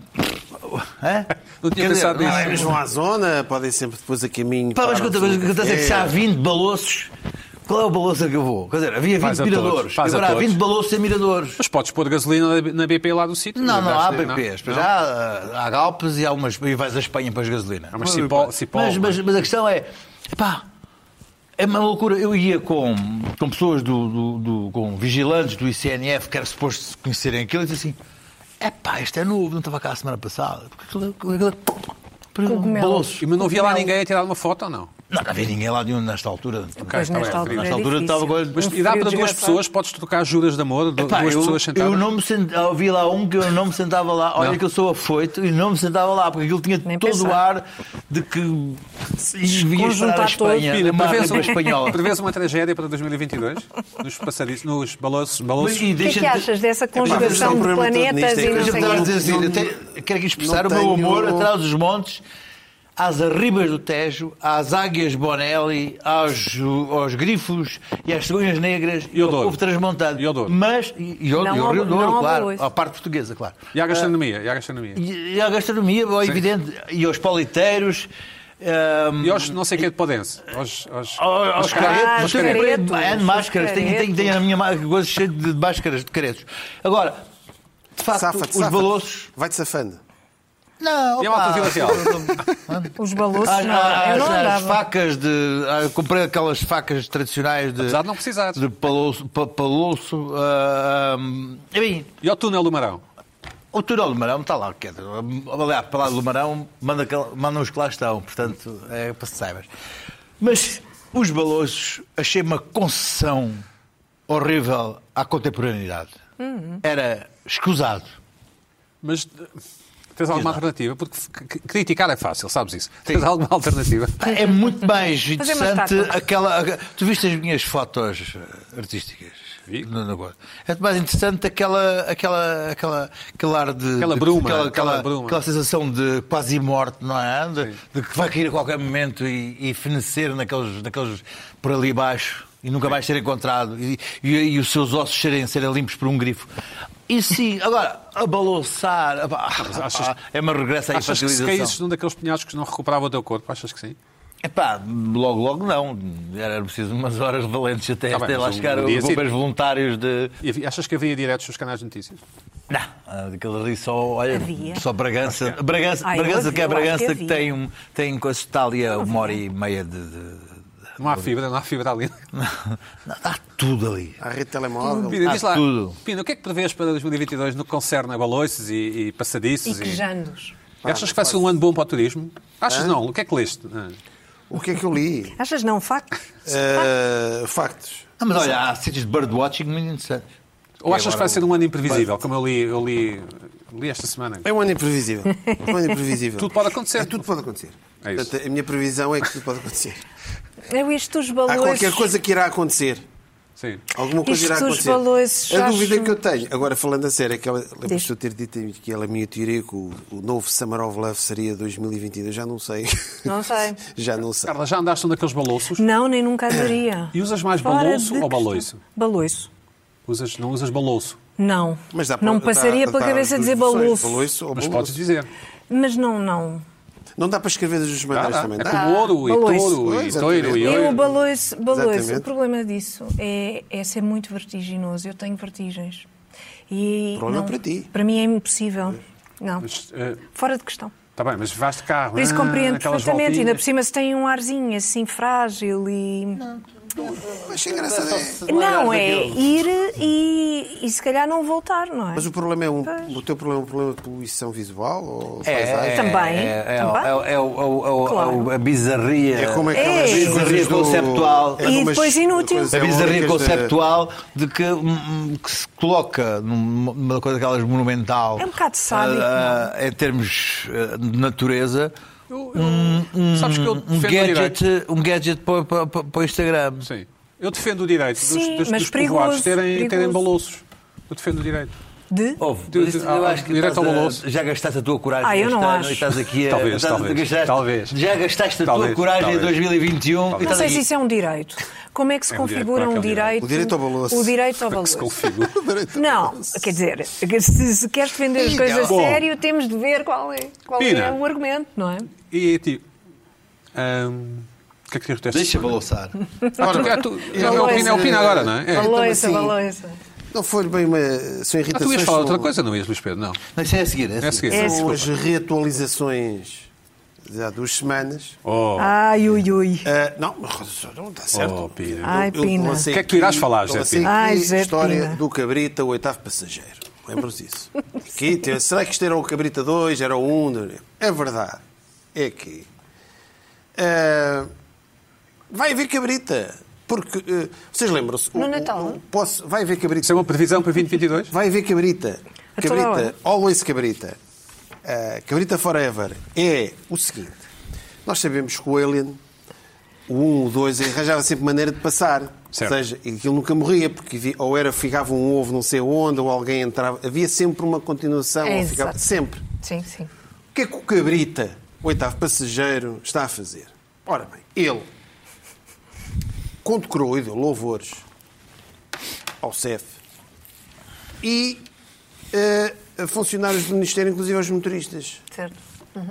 [SPEAKER 4] é?
[SPEAKER 1] Não tinha
[SPEAKER 4] Quer dizer,
[SPEAKER 1] pensado
[SPEAKER 4] não é
[SPEAKER 1] nisso.
[SPEAKER 4] mesmo?
[SPEAKER 2] Eles vão à zona, podem sempre depois a caminho.
[SPEAKER 4] Pá, mas
[SPEAKER 2] param
[SPEAKER 4] conta, mas
[SPEAKER 2] no
[SPEAKER 4] acontece é que se há
[SPEAKER 2] café.
[SPEAKER 4] 20 balouços, qual é o balouço a que eu vou? Quer dizer, havia 20
[SPEAKER 1] Faz a todos,
[SPEAKER 4] miradores,
[SPEAKER 1] faz a
[SPEAKER 4] agora há
[SPEAKER 1] todos.
[SPEAKER 4] 20 balouços sem miradores.
[SPEAKER 1] Mas podes pôr gasolina na- na BP lá do sítio.
[SPEAKER 4] Não, não, há
[SPEAKER 1] Gaste-
[SPEAKER 4] BPs.
[SPEAKER 1] não?
[SPEAKER 4] Pois Há, há galpes e há umas. E vais à Espanha para as gasolina.
[SPEAKER 1] Ah, mas Cipó- Cipó,
[SPEAKER 4] mas, mas- mas a questão é. Pá, é uma loucura. Eu ia com, com pessoas do, do- do- com vigilantes do ICNF que era suposto conhecerem aquilo e disse assim: é pá, isto é novo, não estava cá a semana passada. Porque aquilo, é, aquilo, aquilo
[SPEAKER 3] Cogumelos.
[SPEAKER 4] balouços.
[SPEAKER 1] E mas não havia lá ninguém a tirar uma foto ou não?
[SPEAKER 4] Não, não havia ninguém lá de um nesta altura.
[SPEAKER 3] Pois
[SPEAKER 1] está
[SPEAKER 3] nesta
[SPEAKER 1] bem,
[SPEAKER 3] altura,
[SPEAKER 4] nesta
[SPEAKER 3] é
[SPEAKER 4] altura
[SPEAKER 3] difícil.
[SPEAKER 4] estava com-
[SPEAKER 1] Mas
[SPEAKER 3] Um
[SPEAKER 1] e dá
[SPEAKER 3] frio
[SPEAKER 1] para duas
[SPEAKER 3] desgraçado.
[SPEAKER 1] pessoas, podes trocar juras de amor, du-
[SPEAKER 4] Epá,
[SPEAKER 1] duas
[SPEAKER 4] eu,
[SPEAKER 1] pessoas sentadas.
[SPEAKER 4] eu não me sentava, ouvi lá um que eu não me sentava lá, olha
[SPEAKER 1] Não?
[SPEAKER 4] que eu sou afoito e não me sentava lá, porque aquilo tinha
[SPEAKER 3] Nem
[SPEAKER 4] todo o
[SPEAKER 3] pensar.
[SPEAKER 4] ar de que devia estar
[SPEAKER 3] Conjuntar
[SPEAKER 4] a
[SPEAKER 3] todos,
[SPEAKER 4] Espanha,
[SPEAKER 1] Filha,
[SPEAKER 4] uma
[SPEAKER 1] prevês
[SPEAKER 4] República
[SPEAKER 1] uma,
[SPEAKER 4] espanhola.
[SPEAKER 1] prevês uma tragédia para 2022? Nos passadiços, nos balanços.
[SPEAKER 4] Mas,
[SPEAKER 3] O que é que
[SPEAKER 4] e deixa-me-
[SPEAKER 3] achas dessa
[SPEAKER 2] isto é um
[SPEAKER 3] conjugação de
[SPEAKER 2] problema todo
[SPEAKER 3] planetas
[SPEAKER 2] nisto, é
[SPEAKER 3] e
[SPEAKER 2] que
[SPEAKER 3] não
[SPEAKER 2] a gente
[SPEAKER 3] sei o
[SPEAKER 4] Deixa-me dar a
[SPEAKER 3] quê?
[SPEAKER 4] dizer assim,
[SPEAKER 2] Não-
[SPEAKER 4] eu te- quero aqui expressar
[SPEAKER 2] não
[SPEAKER 4] o meu
[SPEAKER 2] tenho-
[SPEAKER 4] amor atrás dos montes, às arribas do Tejo, às águias Bonelli, aos, aos grifos e às cegonhas negras
[SPEAKER 1] E ao Douro.
[SPEAKER 4] povo transmontado.
[SPEAKER 1] E ao Douro.
[SPEAKER 4] Mas, e, e ao,
[SPEAKER 3] Não
[SPEAKER 4] e ao
[SPEAKER 3] ao-
[SPEAKER 4] Rio Douro,
[SPEAKER 3] não ao
[SPEAKER 4] claro,
[SPEAKER 3] Baloiço.
[SPEAKER 4] à parte portuguesa, claro.
[SPEAKER 1] E à gastronomia, e à gastronomia.
[SPEAKER 4] E, e à gastronomia, é evidente, e aos politeiros.
[SPEAKER 1] E aos não sei o que de Podense. Aos, aos,
[SPEAKER 3] caretos,
[SPEAKER 4] Aos caretos,
[SPEAKER 3] aos
[SPEAKER 4] tenho
[SPEAKER 3] caretos,
[SPEAKER 4] de máscaras,
[SPEAKER 3] aos
[SPEAKER 4] tenho, tenho, tenho a minha ma- coisa cheia de máscaras de caretos. Agora, de facto,
[SPEAKER 2] Safa-te,
[SPEAKER 4] os
[SPEAKER 2] safa-te.
[SPEAKER 4] balouços.
[SPEAKER 2] Vai-te safando.
[SPEAKER 4] Não,
[SPEAKER 1] E a malta de Vila Real?
[SPEAKER 3] Os balouços,
[SPEAKER 4] As,
[SPEAKER 3] não, eu não
[SPEAKER 4] as
[SPEAKER 3] andava.
[SPEAKER 4] facas de. ah, comprei aquelas facas tradicionais de.
[SPEAKER 1] Apesar de não precisar.
[SPEAKER 4] De palouço. pa- palouço ah, hum, enfim,
[SPEAKER 1] E ao túnel do Marão.
[SPEAKER 4] O túnel do Marão está lá, quer dizer, aliás, para lá do Marão manda, manda os que lá estão, portanto, é para que saibas. Mas os balouços achei uma concessão horrível à contemporaneidade. Era escusado.
[SPEAKER 1] Mas eh, tens alguma alternativa? Porque c- c- criticar é fácil, sabes isso. Tens
[SPEAKER 4] Sim.
[SPEAKER 1] alguma alternativa?
[SPEAKER 4] É muito mais
[SPEAKER 3] Fazer uma
[SPEAKER 4] interessante
[SPEAKER 3] estátua.
[SPEAKER 4] aquela. a- Tu viste as minhas fotos eh, artísticas?
[SPEAKER 1] Vi.
[SPEAKER 4] No, no, Gordo. é muito mais interessante aquela, aquela, aquela, aquele ar de.
[SPEAKER 1] Aquela
[SPEAKER 4] de-
[SPEAKER 1] bruma,
[SPEAKER 4] Aquela,
[SPEAKER 1] aquela
[SPEAKER 4] aquela-
[SPEAKER 1] bruma.
[SPEAKER 4] aquela sensação de quase morte, não é? De, de que vai cair a qualquer momento e, e fenecer naqueles, naqueles. por ali baixo e nunca mais ser encontrado e, e, e os seus ossos serem, serem limpos por um grifo. E sim, agora, a balouçar. epá,
[SPEAKER 1] achas-
[SPEAKER 4] é uma regressa à
[SPEAKER 1] Achas que se
[SPEAKER 4] infantilização.
[SPEAKER 1] caísses num daqueles penhascos não recuperava o teu corpo? Achas que sim?
[SPEAKER 4] Epá, logo, logo não. Era preciso umas horas valentes até,
[SPEAKER 1] Tá bem,
[SPEAKER 4] até lá
[SPEAKER 1] mas o-
[SPEAKER 4] chegar
[SPEAKER 1] o
[SPEAKER 4] os
[SPEAKER 1] dia
[SPEAKER 4] bombeiros
[SPEAKER 1] seguinte.
[SPEAKER 4] voluntários de.
[SPEAKER 1] E havia- achas que havia diretos nos canais de notícias?
[SPEAKER 4] Não, ah, daquele ali só. Olha,
[SPEAKER 3] Havia.
[SPEAKER 4] só Bragança. Bragança,
[SPEAKER 3] Ai, eu
[SPEAKER 4] Bragança que é
[SPEAKER 3] havia, eu acho que
[SPEAKER 4] Bragança que,
[SPEAKER 3] havia.
[SPEAKER 4] tem, um, tem com a Sotália uma hora e meia de. de-
[SPEAKER 1] Não há fibra, não há fibra ali.
[SPEAKER 4] Não, há tudo ali.
[SPEAKER 2] À rede telemóvel.
[SPEAKER 1] Pina, diz
[SPEAKER 4] Há
[SPEAKER 1] lá,
[SPEAKER 4] tudo.
[SPEAKER 1] Pina, o que é que prevês para 2022 no que concerne a baloiços e, e
[SPEAKER 3] E
[SPEAKER 1] passadiços?
[SPEAKER 3] que jandos.
[SPEAKER 1] Achas que vai ser um ano bom para o turismo? Achas não? O que é que leste? Ah.
[SPEAKER 2] O que é que eu li?
[SPEAKER 3] Achas não, facto?
[SPEAKER 2] Eh, factos.
[SPEAKER 4] Não, mas olha, há sítios de birdwatching muito interessantes.
[SPEAKER 1] Ou achas que vai
[SPEAKER 4] agora
[SPEAKER 1] ser um ano imprevisível, como eu li, eu li, li esta semana?
[SPEAKER 2] É um ano imprevisível. É um ano imprevisível.
[SPEAKER 1] Tudo pode acontecer.
[SPEAKER 2] É, tudo pode acontecer.
[SPEAKER 1] É isso.
[SPEAKER 2] Portanto, a minha previsão é que tudo pode acontecer.
[SPEAKER 3] Eu isto os
[SPEAKER 2] Há
[SPEAKER 3] balouços.
[SPEAKER 2] qualquer coisa que irá acontecer.
[SPEAKER 1] Sim.
[SPEAKER 2] Alguma coisa
[SPEAKER 3] Isto
[SPEAKER 2] irá
[SPEAKER 3] dos
[SPEAKER 2] acontecer.
[SPEAKER 3] valores,
[SPEAKER 2] a
[SPEAKER 3] acho-
[SPEAKER 2] dúvida que eu tenho, agora falando a sério, é que ela, lembras
[SPEAKER 3] Diz.
[SPEAKER 2] de eu ter dito que ela minha teoria que o, o novo Summer of Love seria 2022, já não sei.
[SPEAKER 3] Não sei.
[SPEAKER 2] já não sei.
[SPEAKER 1] Carla, já andaste naqueles balouços?
[SPEAKER 3] Não, nem nunca andaria.
[SPEAKER 1] E usas mais
[SPEAKER 3] Fora
[SPEAKER 1] balouço
[SPEAKER 3] de
[SPEAKER 1] ou
[SPEAKER 3] questão.
[SPEAKER 1] baloiço?
[SPEAKER 3] Baloiço.
[SPEAKER 1] Usas, não usas balouço,
[SPEAKER 3] Não.
[SPEAKER 2] Mas dá
[SPEAKER 3] não
[SPEAKER 2] para-
[SPEAKER 3] passaria
[SPEAKER 2] dá-
[SPEAKER 3] pela
[SPEAKER 2] dá
[SPEAKER 3] cabeça
[SPEAKER 2] as duas
[SPEAKER 3] dizer
[SPEAKER 2] versões,
[SPEAKER 3] balouço.
[SPEAKER 2] baloiço ou
[SPEAKER 1] mas
[SPEAKER 2] baloço.
[SPEAKER 1] podes dizer.
[SPEAKER 3] Mas não, não.
[SPEAKER 2] Não dá para escrever das duas
[SPEAKER 1] Ah,
[SPEAKER 2] maneiras
[SPEAKER 1] dá.
[SPEAKER 2] também,
[SPEAKER 1] é
[SPEAKER 2] dá?
[SPEAKER 1] como ouro e
[SPEAKER 3] Baloiço.
[SPEAKER 1] touro e
[SPEAKER 2] Pois,
[SPEAKER 1] toiro e
[SPEAKER 2] exatamente.
[SPEAKER 3] Eu,
[SPEAKER 1] ouro.
[SPEAKER 3] baloiço, baloiço.
[SPEAKER 2] Exatamente.
[SPEAKER 3] O problema disso é, é ser muito vertiginoso. Eu tenho vertigens. E
[SPEAKER 2] Problema
[SPEAKER 3] não-
[SPEAKER 2] para ti.
[SPEAKER 3] Para mim é impossível. Não.
[SPEAKER 1] Mas, eh,
[SPEAKER 3] Fora de questão.
[SPEAKER 1] Tá bem, mas vais de carro.
[SPEAKER 3] Por isso
[SPEAKER 1] ah,
[SPEAKER 3] compreendo
[SPEAKER 1] naquelas
[SPEAKER 3] perfeitamente. Ainda por
[SPEAKER 1] voltinhas.
[SPEAKER 3] cima se tem um arzinho assim frágil e. Não,
[SPEAKER 2] Mas é engraçado. é-
[SPEAKER 3] é ir e, e se calhar não voltar, não é?
[SPEAKER 2] Mas o problema é um.
[SPEAKER 3] Pois.
[SPEAKER 2] O teu problema é um problema de poluição visual ou
[SPEAKER 4] É, é,
[SPEAKER 2] paisagem?
[SPEAKER 3] Também,
[SPEAKER 4] É, é,
[SPEAKER 3] também.
[SPEAKER 4] é, é, é o- é o- é o-
[SPEAKER 3] Claro.
[SPEAKER 4] a bizarria.
[SPEAKER 2] É como aquelas
[SPEAKER 3] É.
[SPEAKER 2] coisas do...
[SPEAKER 4] Conceptual.
[SPEAKER 2] é como
[SPEAKER 3] E
[SPEAKER 2] as-
[SPEAKER 3] depois inútil.
[SPEAKER 2] coisas
[SPEAKER 4] A bizarria
[SPEAKER 2] eólicas da-
[SPEAKER 4] conceptual de que, hum, que se coloca num- numa coisa daquelas monumental.
[SPEAKER 3] É um bocado sádico,
[SPEAKER 4] ah, ah, em termos ah, de natureza.
[SPEAKER 1] Eu- eu- sabes que eu
[SPEAKER 4] Um
[SPEAKER 1] defendo a direita.
[SPEAKER 4] gadget, um gadget para, para, para, para o Instagram.
[SPEAKER 1] Sim. Eu defendo o direito dos-
[SPEAKER 3] Sim,
[SPEAKER 1] dos,
[SPEAKER 3] mas
[SPEAKER 1] dos povoados
[SPEAKER 3] perigoso,
[SPEAKER 1] terem, terem
[SPEAKER 3] perigoso.
[SPEAKER 1] balouços. Eu defendo o direito.
[SPEAKER 3] De?
[SPEAKER 2] Oh,
[SPEAKER 4] Ouve,
[SPEAKER 1] Tu-
[SPEAKER 4] mas isso eu
[SPEAKER 1] ah,
[SPEAKER 4] acho que
[SPEAKER 1] direto
[SPEAKER 4] estás
[SPEAKER 1] ao
[SPEAKER 4] a-
[SPEAKER 1] balanço.
[SPEAKER 4] já gastaste a tua coragem
[SPEAKER 3] Ah, eu
[SPEAKER 4] este
[SPEAKER 3] não
[SPEAKER 4] ano
[SPEAKER 3] acho.
[SPEAKER 4] e estás aqui a,
[SPEAKER 1] Talvez,
[SPEAKER 4] estás a-
[SPEAKER 1] talvez,
[SPEAKER 4] gastaste-
[SPEAKER 1] talvez.
[SPEAKER 4] Já gastaste a
[SPEAKER 1] Talvez,
[SPEAKER 4] tua coragem em
[SPEAKER 1] talvez.
[SPEAKER 4] 2021 e
[SPEAKER 1] Talvez.
[SPEAKER 3] Não
[SPEAKER 4] estás
[SPEAKER 3] sei se
[SPEAKER 4] aqui.
[SPEAKER 3] isso é um direito. Como é que
[SPEAKER 1] É
[SPEAKER 3] se
[SPEAKER 1] um direito,
[SPEAKER 3] configura
[SPEAKER 1] claro
[SPEAKER 3] um
[SPEAKER 1] que é um direito.
[SPEAKER 3] direito?
[SPEAKER 2] O direito ao balanço.
[SPEAKER 3] O direito ao
[SPEAKER 1] Como é que se
[SPEAKER 3] balanço.
[SPEAKER 1] configura?
[SPEAKER 3] Não, quer dizer, se, se queres defender as
[SPEAKER 2] Ih,
[SPEAKER 3] coisas a
[SPEAKER 1] não.
[SPEAKER 3] sério, temos de ver qual é, qual é
[SPEAKER 1] Pina.
[SPEAKER 3] o argumento, não é?
[SPEAKER 1] E tipo. hum, O que é que queres desta
[SPEAKER 4] Deixa
[SPEAKER 1] semana?
[SPEAKER 4] balançar.
[SPEAKER 1] Ah, tu- ah, tu- é o Pina- é o Pina agora, não é? É.
[SPEAKER 2] Então,
[SPEAKER 3] Balança,
[SPEAKER 2] assim,
[SPEAKER 3] balança.
[SPEAKER 2] Não foi bem uma. São
[SPEAKER 1] Ah, tu
[SPEAKER 2] irritações.
[SPEAKER 1] ias falar
[SPEAKER 2] são-
[SPEAKER 1] outra coisa, não ias, Luís Pedro? Não.
[SPEAKER 4] Não, isso é a seguir.
[SPEAKER 1] É a seguir.
[SPEAKER 3] É,
[SPEAKER 2] São
[SPEAKER 3] desculpa.
[SPEAKER 2] as reatualizações de há duas semanas.
[SPEAKER 1] Oh,
[SPEAKER 3] Ai, ui, ui.
[SPEAKER 2] Ah, não, mas não está certo.
[SPEAKER 1] oh, Pina.
[SPEAKER 3] Ai, Pina.
[SPEAKER 1] O que é que tu irás falar, Zé Pina?
[SPEAKER 2] A
[SPEAKER 3] Ai, Zé
[SPEAKER 2] história
[SPEAKER 3] Pina.
[SPEAKER 2] do Cabrita, o oitavo passageiro. Lembram-se disso? Que te- será que isto era o Cabrita 2, era o 1? Não é? A verdade é que ah, vai haver Cabrita. Porque, ah, vocês lembram-se?
[SPEAKER 3] No
[SPEAKER 2] o- o-
[SPEAKER 3] Natal?
[SPEAKER 2] o- posso- vai haver Cabrita.
[SPEAKER 1] Isso é uma previsão para 2022?
[SPEAKER 2] Vai haver Cabrita.
[SPEAKER 3] A toda
[SPEAKER 2] Cabrita,
[SPEAKER 3] hora.
[SPEAKER 2] always Cabrita. Ah, cabrita Forever é o seguinte. Nós sabemos que o Alien, o 1, o 2, arranjava sempre maneira de passar.
[SPEAKER 1] Certo.
[SPEAKER 2] Ou seja, aquilo nunca morria, porque vi- ou era, ficava um ovo não sei onde, ou alguém entrava. Havia sempre uma continuação.
[SPEAKER 3] É,
[SPEAKER 2] ou ficava-
[SPEAKER 3] exato.
[SPEAKER 2] sempre.
[SPEAKER 3] Sim, sim.
[SPEAKER 2] O que é que o Cabrita, o oitavo passageiro, está a fazer? Ora bem, ele condecorou e deu louvores ao CEF e eh, a funcionários do Ministério, inclusive aos motoristas.
[SPEAKER 3] Certo.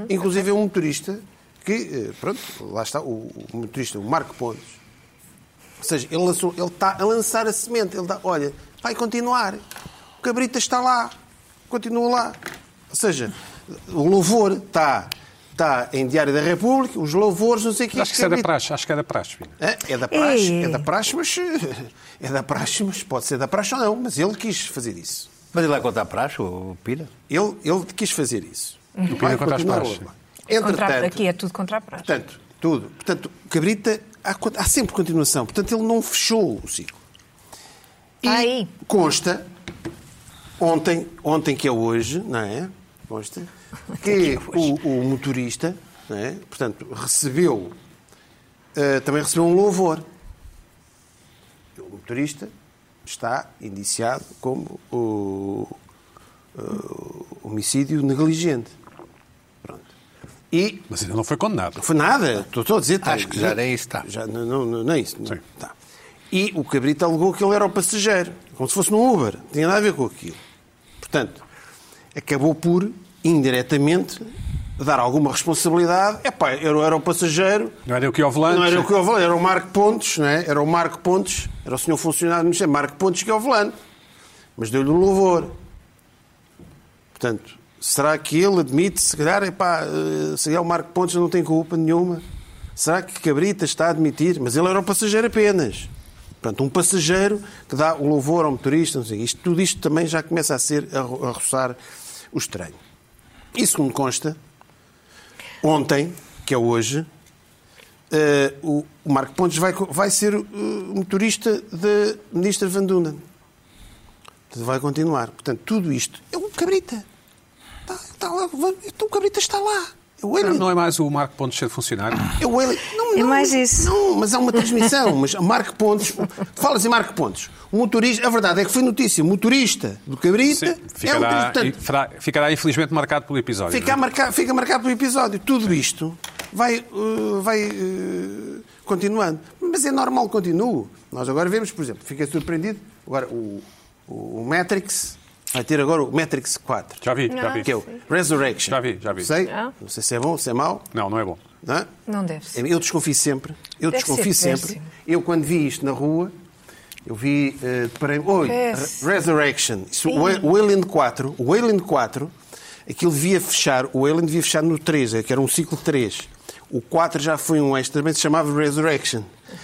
[SPEAKER 2] Inclusive a um motorista que, eh, pronto, lá está o, o motorista, o Marco Pontes. Ou seja, ele, lançou- ele está a lançar a semente. Ele está, olha, vai continuar. O Cabrita está lá. Continua lá. Ou seja, o louvor está, está em Diário da República, os louvores, não sei o que.
[SPEAKER 1] Acho que isso é da praxe. Acho que é da praxe, Pina.
[SPEAKER 2] Hã? É da praxe,
[SPEAKER 3] Ei.
[SPEAKER 2] é da praxe, mas eh, é da praxe, mas pode ser da praxe ou não, mas ele quis fazer isso.
[SPEAKER 4] Mas ele vai contar praxe, o Pira?
[SPEAKER 2] Ele, ele quis fazer isso. O
[SPEAKER 1] Pina contra as praxes.
[SPEAKER 3] Contra,
[SPEAKER 2] Entretanto, Tá,
[SPEAKER 3] aqui é tudo contra a praxe.
[SPEAKER 2] portanto, tudo. Portanto, Cabrita, há, co- há sempre continuação. Portanto, ele não fechou o ciclo. E
[SPEAKER 3] Aí.
[SPEAKER 2] consta, ontem, ontem que é hoje, não é? Consta, que o, o motorista, não é? portanto, recebeu, eh, também recebeu um louvor. O motorista está indiciado como o, eh, o homicídio negligente. Pronto. E
[SPEAKER 1] Mas ainda não foi condenado.
[SPEAKER 2] foi nada, estou, estou a dizer. tá-
[SPEAKER 4] Acho que já nem isso está.
[SPEAKER 2] Já, não, não, não, não é isso. não. Tá. E o Cabrita alegou que ele era o passageiro, como se fosse num Uber, não tinha nada a ver com aquilo. Portanto, acabou por, indiretamente, dar alguma responsabilidade. É pá, eu era o passageiro,
[SPEAKER 1] Não era eu que ia ao volante?
[SPEAKER 2] não era o que eu falei, era o Marco Pontes, não é? Era o Marco Pontes, era o senhor funcionário do Ministério, Marco Pontes que é o volante. Mas deu-lhe um louvor. Portanto, será que ele admite, se calhar, epá, eh, se é o Marco Pontes não tem culpa nenhuma? Será que Cabrita está a admitir? Mas ele era um passageiro apenas. Portanto, um passageiro que dá o louvor ao motorista, não sei, isto, tudo isto também já começa a ser a, ro- a roçar o estranho. Isso me consta, ontem, que é hoje, eh, o, o Marco Pontes vai, co- vai ser eh, motorista da ministra Van Dunen. Portanto, Vai continuar. Portanto, tudo isto é um cabrita. Está, está lá, vai- então o cabrita está lá. É o Alien.
[SPEAKER 1] Não é mais o Marco Pontes ser funcionário?
[SPEAKER 2] É o Alien. Não,
[SPEAKER 3] É
[SPEAKER 2] não,
[SPEAKER 3] mais isso.
[SPEAKER 2] Não, mas há uma transmissão. Mas Marco Pontes... Falas em Marco Pontes. O motorista... A verdade é que foi notícia. O motorista do cabrita é um
[SPEAKER 1] Ficará,
[SPEAKER 2] motorista.
[SPEAKER 1] e
[SPEAKER 2] Portanto,
[SPEAKER 1] fará- ficará infelizmente marcado pelo episódio.
[SPEAKER 2] Fica,
[SPEAKER 1] não é?
[SPEAKER 2] marca, fica marcado pelo episódio. Tudo isto vai, eh, vai eh, continuando. Mas é normal que continue. Nós agora vemos, por exemplo, fiquei surpreendido. Agora o, o, o Matrix vai ter agora o Matrix 4.
[SPEAKER 1] Já vi, já
[SPEAKER 3] Não.
[SPEAKER 1] vi.
[SPEAKER 2] Que é o Resurrection.
[SPEAKER 1] Já vi, já vi.
[SPEAKER 2] Sei,
[SPEAKER 3] Ah.
[SPEAKER 2] não sei se é bom, se é mau.
[SPEAKER 1] Não, não é bom.
[SPEAKER 2] Não é?
[SPEAKER 3] Não deve ser.
[SPEAKER 2] Eu desconfio sempre. Eu
[SPEAKER 3] Deve
[SPEAKER 2] desconfio
[SPEAKER 3] ser
[SPEAKER 2] sempre.
[SPEAKER 3] péssimo.
[SPEAKER 2] Eu, quando vi isto na rua, eu vi. eh, deparei- Oi,
[SPEAKER 3] Péssimo.
[SPEAKER 2] Re- Resurrection. Isso, o Al- o Alien 4. O Alien 4, aquilo devia fechar. O Alien devia fechar no 3, eh, que era um ciclo 3. O 4 já foi um extra, mas se chamava Resurrection.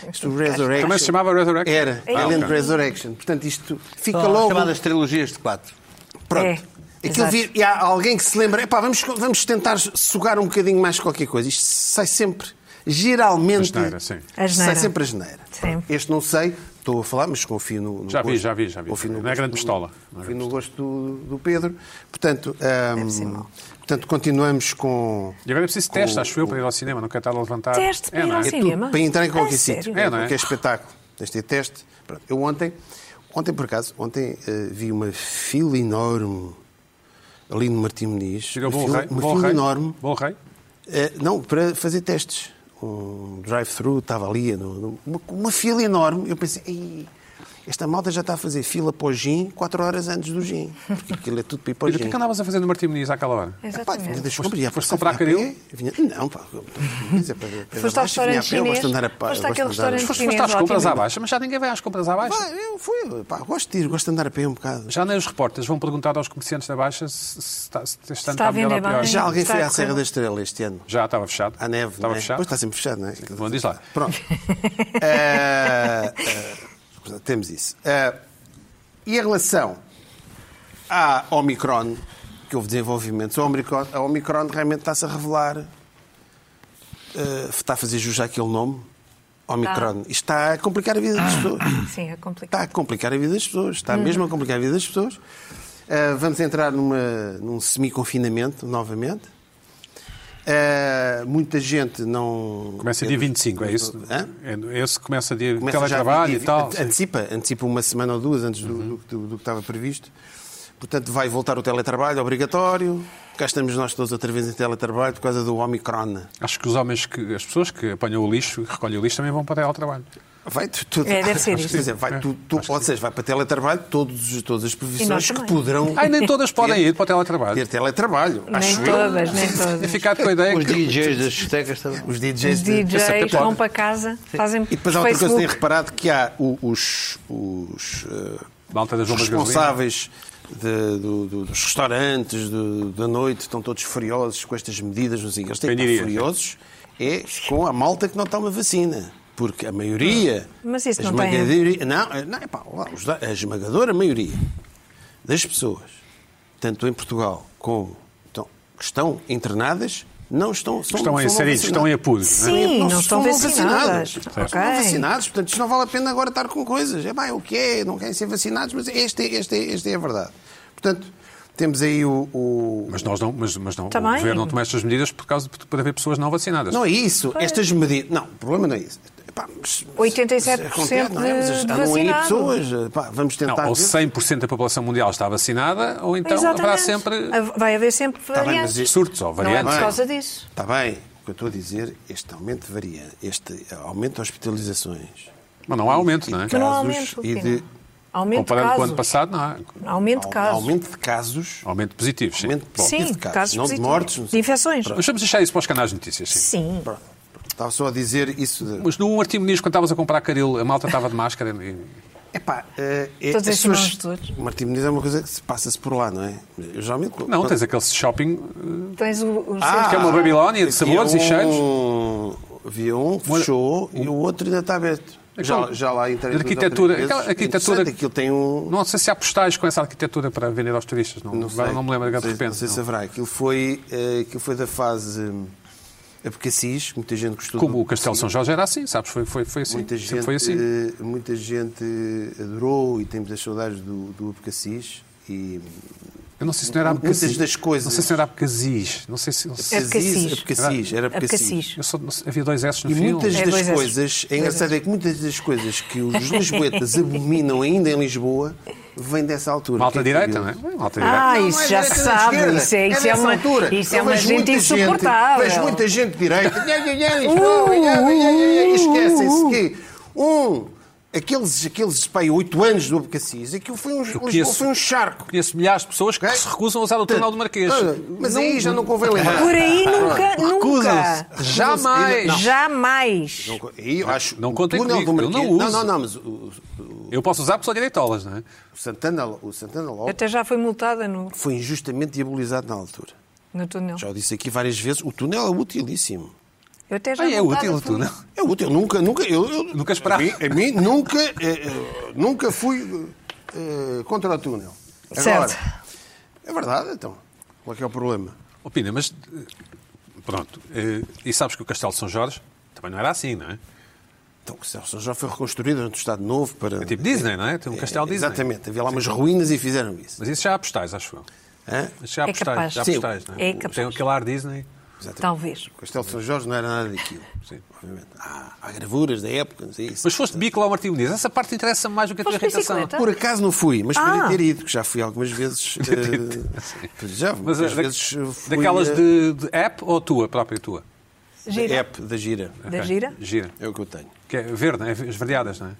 [SPEAKER 2] Isto, o Resurrection.
[SPEAKER 1] Também se chamava Resurrection?
[SPEAKER 2] Era.
[SPEAKER 1] Ah,
[SPEAKER 2] Alien
[SPEAKER 1] ok.
[SPEAKER 2] Resurrection. Portanto, isto fica
[SPEAKER 4] São as
[SPEAKER 2] logo.
[SPEAKER 4] chamadas trilogias de quatro.
[SPEAKER 2] Pronto.
[SPEAKER 3] É,
[SPEAKER 2] Aquilo
[SPEAKER 3] exato.
[SPEAKER 2] vir- e há alguém que se lembra, epá, vamos, vamos tentar sugar um bocadinho mais qualquer coisa. Isto sai sempre, geralmente,
[SPEAKER 1] A geneira, sim.
[SPEAKER 3] A geneira.
[SPEAKER 2] sai sempre a geneira.
[SPEAKER 3] Sim.
[SPEAKER 2] Este não sei, estou a falar, mas confio no, no
[SPEAKER 1] Já vi,
[SPEAKER 2] gosto-
[SPEAKER 1] já vi, já vi.
[SPEAKER 2] Confio no
[SPEAKER 1] Não é
[SPEAKER 2] gosto
[SPEAKER 1] grande
[SPEAKER 2] do-
[SPEAKER 1] pistola. Não é
[SPEAKER 2] Confio
[SPEAKER 1] grande
[SPEAKER 2] no gosto do, do Pedro. Portanto, hum,
[SPEAKER 3] Deve ser mau.
[SPEAKER 2] portanto, continuamos com...
[SPEAKER 1] E agora é preciso teste, acho eu, para ir ao cinema. Não quero estar a levantar.
[SPEAKER 3] Teste para
[SPEAKER 1] é,
[SPEAKER 3] ir
[SPEAKER 1] não
[SPEAKER 3] ao
[SPEAKER 1] é?
[SPEAKER 3] cinema?
[SPEAKER 2] Para entrar em
[SPEAKER 3] A
[SPEAKER 2] qualquer
[SPEAKER 3] sério?
[SPEAKER 2] sítio,
[SPEAKER 1] É, não é?
[SPEAKER 2] qualquer espetáculo. Tens de ter teste. Pronto. Eu ontem, ontem por acaso, ontem eh, vi uma fila enorme ali no Martim Moniz.
[SPEAKER 1] Chega
[SPEAKER 2] uma
[SPEAKER 1] bom
[SPEAKER 2] fila,
[SPEAKER 1] rei.
[SPEAKER 2] uma
[SPEAKER 1] Bom
[SPEAKER 2] fila
[SPEAKER 1] rei.
[SPEAKER 2] um enorme.
[SPEAKER 1] Bom rei.
[SPEAKER 2] Eh, não, para fazer testes. Um drive-thru estava ali, no- no- uma, uma fila enorme. Eu pensei, "Ei, esta malta já está a fazer fila para o gin 4 horas antes do gin. Porque aquilo é tudo para ir para o
[SPEAKER 1] Olha, o que é
[SPEAKER 2] gin.
[SPEAKER 1] que andavas a fazer no Martim Muniz àquela hora?
[SPEAKER 2] Pá,
[SPEAKER 3] É,
[SPEAKER 2] vinha
[SPEAKER 3] Exatamente.
[SPEAKER 2] das compras, ia
[SPEAKER 1] foste
[SPEAKER 2] passar,
[SPEAKER 1] comprar
[SPEAKER 2] vinha a
[SPEAKER 1] caril?
[SPEAKER 2] pé, vinha- Não, pá. eu- quer dizer, para- para
[SPEAKER 3] Foste ao
[SPEAKER 2] baixo, vinha a
[SPEAKER 3] restaurante
[SPEAKER 2] pé, eu gosto de
[SPEAKER 3] chinês?
[SPEAKER 2] andar a pá, eu
[SPEAKER 3] Foste
[SPEAKER 2] gosto de
[SPEAKER 3] àquele
[SPEAKER 2] andar a-
[SPEAKER 3] restaurante
[SPEAKER 1] Foste,
[SPEAKER 3] Chinês,
[SPEAKER 1] foste às compras
[SPEAKER 3] ótimo.
[SPEAKER 1] à baixa, mas já ninguém vai às compras à baixa.
[SPEAKER 2] Pá, eu fui, pá, gosto de ir, gosto de andar a pé um bocado.
[SPEAKER 1] Já nem os repórteres vão perguntar aos comerciantes da baixa se, se, está- se este ano
[SPEAKER 3] está a
[SPEAKER 1] melhor
[SPEAKER 3] vender
[SPEAKER 1] ou pior.
[SPEAKER 3] bem.
[SPEAKER 2] Já alguém
[SPEAKER 3] Está
[SPEAKER 2] foi
[SPEAKER 3] a
[SPEAKER 2] à Serra
[SPEAKER 3] correr
[SPEAKER 2] da Estrela este ano?
[SPEAKER 1] Já estava fechado.
[SPEAKER 2] À neve,
[SPEAKER 1] Estava
[SPEAKER 2] não é?
[SPEAKER 1] fechado.
[SPEAKER 2] Pois está sempre fechado, não é?
[SPEAKER 1] Bom, diz lá.
[SPEAKER 2] Pronto. Eh, eh, portanto, temos isso. Eh, e em relação à Omicron, que houve desenvolvimentos, a Omicron, a Omicron realmente está-se a revelar, eh, está a fazer jus àquele nome, Omicron. Isto está a complicar a vida das pessoas
[SPEAKER 3] Sim, é complicado.
[SPEAKER 2] está a complicar a vida das pessoas, está mesmo a complicar a vida das pessoas. Ah, vamos entrar numa, num semi-confinamento novamente. Ah, muita gente não.
[SPEAKER 1] Começa dia 25, é isso?
[SPEAKER 2] Hã?
[SPEAKER 1] É, esse começa dia
[SPEAKER 2] Começa já-
[SPEAKER 1] teletrabalho
[SPEAKER 2] e-
[SPEAKER 1] e tal. sim.
[SPEAKER 2] Antecipa, antecipa uma semana ou duas antes do, do- do- do que estava previsto. Portanto, vai voltar o teletrabalho obrigatório. Cá estamos nós todos outra vez em teletrabalho por causa do Omicron.
[SPEAKER 1] Acho que os homens, que, as pessoas que apanham o lixo, que recolhem o lixo, também vão para o trabalho.
[SPEAKER 2] Vai tu- tudo.
[SPEAKER 3] É, deve ser
[SPEAKER 2] Acho que,
[SPEAKER 3] isso.
[SPEAKER 2] quer dizer, vai tu, tu, ou seja, vai para teletrabalho todos, todas as profissões que
[SPEAKER 3] também. Ah,
[SPEAKER 2] poderão
[SPEAKER 1] Ai, nem todas podem ir para o
[SPEAKER 2] ter
[SPEAKER 1] teletrabalho.
[SPEAKER 2] teletrabalho.
[SPEAKER 3] Nem
[SPEAKER 2] Tá, acho eu.
[SPEAKER 3] todas, nem
[SPEAKER 1] Tinha
[SPEAKER 3] todas.
[SPEAKER 1] ficado com a ideia
[SPEAKER 4] Os
[SPEAKER 1] É que.
[SPEAKER 4] DJs das discotecas também.
[SPEAKER 2] Os
[SPEAKER 3] Os
[SPEAKER 2] DJs, de-
[SPEAKER 3] DJs
[SPEAKER 1] pode.
[SPEAKER 3] vão para casa, fazem
[SPEAKER 2] E depois há outra coisa que
[SPEAKER 3] Facebook.
[SPEAKER 2] tenho reparado que há o- os, os, eh,
[SPEAKER 1] Malta das
[SPEAKER 2] os
[SPEAKER 1] bombas de gasolina.
[SPEAKER 2] responsáveis de- do- do- dos restaurantes do- da noite estão todos furiosos com estas medidas. Não sei, o quê. eles têm
[SPEAKER 1] Quem
[SPEAKER 2] que estar
[SPEAKER 1] diria?
[SPEAKER 2] furiosos é com a malta que não toma vacina. Porque a maioria...
[SPEAKER 3] Mas isso
[SPEAKER 2] a
[SPEAKER 3] não tem-
[SPEAKER 2] esmagadoria- Não, eh, não epá, lá, os da- a esmagadora maioria das pessoas, tanto em Portugal como... Então, que estão internadas, não estão...
[SPEAKER 1] Estão
[SPEAKER 2] São,
[SPEAKER 1] em
[SPEAKER 2] são não
[SPEAKER 1] inseridos, estão em
[SPEAKER 2] vacinadas.
[SPEAKER 1] apuros. não é?
[SPEAKER 3] Sim,
[SPEAKER 2] Não,
[SPEAKER 3] não,
[SPEAKER 2] não
[SPEAKER 3] estão
[SPEAKER 2] são
[SPEAKER 3] vacinadas.
[SPEAKER 2] vacinadas.
[SPEAKER 3] Ok.
[SPEAKER 2] Não vacinados, portanto, isto não vale a pena agora estar com coisas. É bem, o que é? Não querem ser vacinados, mas este, é- este, é- este é a verdade. Portanto, temos aí o. o-
[SPEAKER 1] Mas nós não, mas, mas não o
[SPEAKER 3] Também.
[SPEAKER 1] governo não toma estas medidas por causa de por haver pessoas não vacinadas.
[SPEAKER 2] Não é isso. Estas medidas. Não, o problema não é isso. Epá, mas- mas-
[SPEAKER 3] 87%
[SPEAKER 2] não é? Mas
[SPEAKER 3] de- de
[SPEAKER 2] andam aí
[SPEAKER 3] vacinado.
[SPEAKER 2] pessoas. Epá, vamos
[SPEAKER 1] Não,
[SPEAKER 2] é tentar.
[SPEAKER 1] ou
[SPEAKER 2] ver.
[SPEAKER 1] 100% da população mundial está vacinada, ou então haverá
[SPEAKER 3] Exatamente.
[SPEAKER 1] sempre
[SPEAKER 3] Ah, Vai haver sempre
[SPEAKER 2] Tá bem,
[SPEAKER 3] variantes.
[SPEAKER 2] mas
[SPEAKER 1] tá surtos ou
[SPEAKER 3] Não é
[SPEAKER 1] variantes.
[SPEAKER 3] por
[SPEAKER 2] Bem.
[SPEAKER 3] causa disso.
[SPEAKER 2] Está Tá bem. O que eu estou a dizer, este aumento de varia, este eh, aumento de hospitalizações.
[SPEAKER 1] Mas não há aumento, não é?
[SPEAKER 3] Mas não há
[SPEAKER 2] Casos
[SPEAKER 3] aumento.
[SPEAKER 2] e
[SPEAKER 3] Pina.
[SPEAKER 2] de-
[SPEAKER 3] Aumento de
[SPEAKER 1] Comparando com o ano
[SPEAKER 3] casos.
[SPEAKER 1] passado, não há.
[SPEAKER 3] Aumento de
[SPEAKER 2] au-
[SPEAKER 3] casos.
[SPEAKER 2] Aumento de casos.
[SPEAKER 1] Aumento positivo, sim.
[SPEAKER 2] Aumento
[SPEAKER 1] Bom,
[SPEAKER 2] positivo
[SPEAKER 3] Sim,
[SPEAKER 2] de casos.
[SPEAKER 3] casos
[SPEAKER 2] não de
[SPEAKER 3] positivos.
[SPEAKER 2] mortes. não
[SPEAKER 3] De
[SPEAKER 2] sei-
[SPEAKER 3] infecções.
[SPEAKER 1] Mas vamos deixar isso para os canais de notícias, sim.
[SPEAKER 3] Sim.
[SPEAKER 2] Pronto. Estava só a dizer isso de.
[SPEAKER 1] Mas no Martim Muniz, quando estavas a comprar caril, a malta estava de máscara. e-
[SPEAKER 2] Epá, eh, é,
[SPEAKER 3] Todos
[SPEAKER 2] as
[SPEAKER 3] esses
[SPEAKER 2] pessoas-
[SPEAKER 3] irmãos todos.
[SPEAKER 2] O Martim Muniz é uma coisa que se passa-se por lá, não é? Eu geralmente...
[SPEAKER 1] Não, tens aquele shopping
[SPEAKER 3] Tens o,
[SPEAKER 2] Ah!
[SPEAKER 3] o
[SPEAKER 1] que é uma Babilónia de sabores e cheiros.
[SPEAKER 2] cheiros. um- Havia um que fechou e o outro ainda está aberto. Já, já lá entrei. duas ou três
[SPEAKER 1] É Arquitetura,
[SPEAKER 2] vezes.
[SPEAKER 1] aquela
[SPEAKER 2] É
[SPEAKER 1] arquitetura-
[SPEAKER 2] interessante, Aquilo tem um...
[SPEAKER 1] Não sei se há postais com essa arquitetura para vender aos turistas. Não,
[SPEAKER 2] sei.
[SPEAKER 1] não me lembro agora de
[SPEAKER 2] Não sei-
[SPEAKER 1] repente.
[SPEAKER 2] Não sei se
[SPEAKER 1] não.
[SPEAKER 2] haverá. Aquilo foi, eh, aquilo foi da fase hum, Abcacis, que muita gente gostou.
[SPEAKER 1] Como
[SPEAKER 2] do
[SPEAKER 1] o Castelo São Jorge era assim, sabes? Foi, foi, foi assim.
[SPEAKER 2] Muita
[SPEAKER 1] Sempre
[SPEAKER 2] gente,
[SPEAKER 1] foi assim.
[SPEAKER 2] eh, muita gente adorou e temos as saudades do, do Abcacis e
[SPEAKER 1] Eu não sei se não era
[SPEAKER 2] muitas
[SPEAKER 1] Abcacis.
[SPEAKER 2] das coisas-
[SPEAKER 1] Não sei se não era Abcasis. Não sei se. Não sei.
[SPEAKER 3] É- Abcacis.
[SPEAKER 1] Ah.
[SPEAKER 2] Abcacis, era Abcacis.
[SPEAKER 3] Abcacis.
[SPEAKER 1] Eu só, não sei- havia dois S no
[SPEAKER 2] E
[SPEAKER 1] filme.
[SPEAKER 2] muitas
[SPEAKER 3] É
[SPEAKER 2] das
[SPEAKER 3] dois S's.
[SPEAKER 2] coisas, é engraçado é que muitas das coisas que os lisboetas abominam ainda em Lisboa vêm dessa altura.
[SPEAKER 1] Malta
[SPEAKER 2] Quem é que
[SPEAKER 1] direita, não
[SPEAKER 2] viu?
[SPEAKER 1] é? Malta direita.
[SPEAKER 3] Ah,
[SPEAKER 2] Não, não
[SPEAKER 3] isso
[SPEAKER 2] é
[SPEAKER 3] já
[SPEAKER 2] direita,
[SPEAKER 3] se
[SPEAKER 2] não é
[SPEAKER 3] sabe.
[SPEAKER 2] esquerda.
[SPEAKER 3] Isso é, isso é
[SPEAKER 2] dessa
[SPEAKER 3] uma,
[SPEAKER 2] altura.
[SPEAKER 3] isso é
[SPEAKER 2] Eu
[SPEAKER 3] uma
[SPEAKER 2] vejo
[SPEAKER 3] gente
[SPEAKER 2] muita
[SPEAKER 3] insuportável. Uh,
[SPEAKER 2] Vejo muita gente direita. Esquecem-se que um, aqueles, aqueles pai, oito anos do Abcacis, aquilo foi um,
[SPEAKER 1] conheço-
[SPEAKER 2] foi um charco.
[SPEAKER 1] Conheço milhares de pessoas que
[SPEAKER 2] Ok?
[SPEAKER 1] se recusam a usar o túnel do Marquês.
[SPEAKER 2] Ah, Mas aí já não convém lembrar.
[SPEAKER 3] Por aí nunca,
[SPEAKER 4] Recusam-se.
[SPEAKER 3] nunca.
[SPEAKER 1] Jamais.
[SPEAKER 2] Não.
[SPEAKER 3] Jamais.
[SPEAKER 2] Não co- aí eu acho
[SPEAKER 1] não
[SPEAKER 2] o
[SPEAKER 1] contem
[SPEAKER 2] túnel
[SPEAKER 1] comigo,
[SPEAKER 2] do
[SPEAKER 1] eu não
[SPEAKER 2] Marquês-
[SPEAKER 1] uso.
[SPEAKER 2] Não, não, não, mas o,
[SPEAKER 1] Eu posso usar porque sou direitolas, não é?
[SPEAKER 2] o Santana, o Santana Lopes
[SPEAKER 3] Até já foi multada no,
[SPEAKER 2] foi injustamente diabolizado na altura.
[SPEAKER 3] no túnel.
[SPEAKER 2] Já o disse aqui várias vezes, o túnel é utilíssimo.
[SPEAKER 3] Eu até já
[SPEAKER 1] Ah, é
[SPEAKER 3] multada
[SPEAKER 1] útil o
[SPEAKER 3] fui.
[SPEAKER 1] túnel.
[SPEAKER 2] É útil, nunca, nunca, eu, eu-
[SPEAKER 1] Nunca esperava.
[SPEAKER 2] A mim, a mim nunca, eh, eh, nunca fui eh, contra o túnel. Agora,
[SPEAKER 3] Certo.
[SPEAKER 2] É verdade, então. Qual é que é o problema?
[SPEAKER 1] Opina, mas. eh, Pronto. eh, E sabes que o Castelo de São Jorge também não era assim, não é?
[SPEAKER 2] Então, o Celso já foi reconstruído durante o Estado Novo para...
[SPEAKER 1] É tipo Disney, não é? Tem um castelo Disney.
[SPEAKER 2] Exatamente, havia lá umas ruínas e fizeram isso.
[SPEAKER 1] Mas isso já há postais, acho eu.
[SPEAKER 2] Hã?
[SPEAKER 1] Isso já há
[SPEAKER 3] É
[SPEAKER 1] postais,
[SPEAKER 3] capaz.
[SPEAKER 1] já há
[SPEAKER 2] Sim.
[SPEAKER 1] postais, não é?
[SPEAKER 3] É capaz.
[SPEAKER 1] Tem aquele ar Disney.
[SPEAKER 2] Exatamente.
[SPEAKER 3] Talvez.
[SPEAKER 2] O Castelo de São Jorge não era nada daquilo. Sim, obviamente. Há, há gravuras da época, não sei isso.
[SPEAKER 1] Mas foste bico lá ao Martim Muniz. Essa parte interessa mais do que a tua
[SPEAKER 3] Foste
[SPEAKER 1] irritação.
[SPEAKER 3] bicicleta?
[SPEAKER 2] Por acaso não fui, mas podia
[SPEAKER 3] Ah.
[SPEAKER 2] ter ido, que já fui algumas vezes. eh, já,
[SPEAKER 1] Mas
[SPEAKER 2] muitas
[SPEAKER 1] da-
[SPEAKER 2] vezes eh, fui,
[SPEAKER 1] daquelas
[SPEAKER 2] eh,
[SPEAKER 1] de, de app ou tua, própria tua?
[SPEAKER 3] Gira.
[SPEAKER 2] app da gira.
[SPEAKER 3] Da
[SPEAKER 1] É, Ok.
[SPEAKER 3] gira?
[SPEAKER 1] Gira.
[SPEAKER 2] É o que eu tenho.
[SPEAKER 1] Que é verde, não é? Esverdeadas, não é?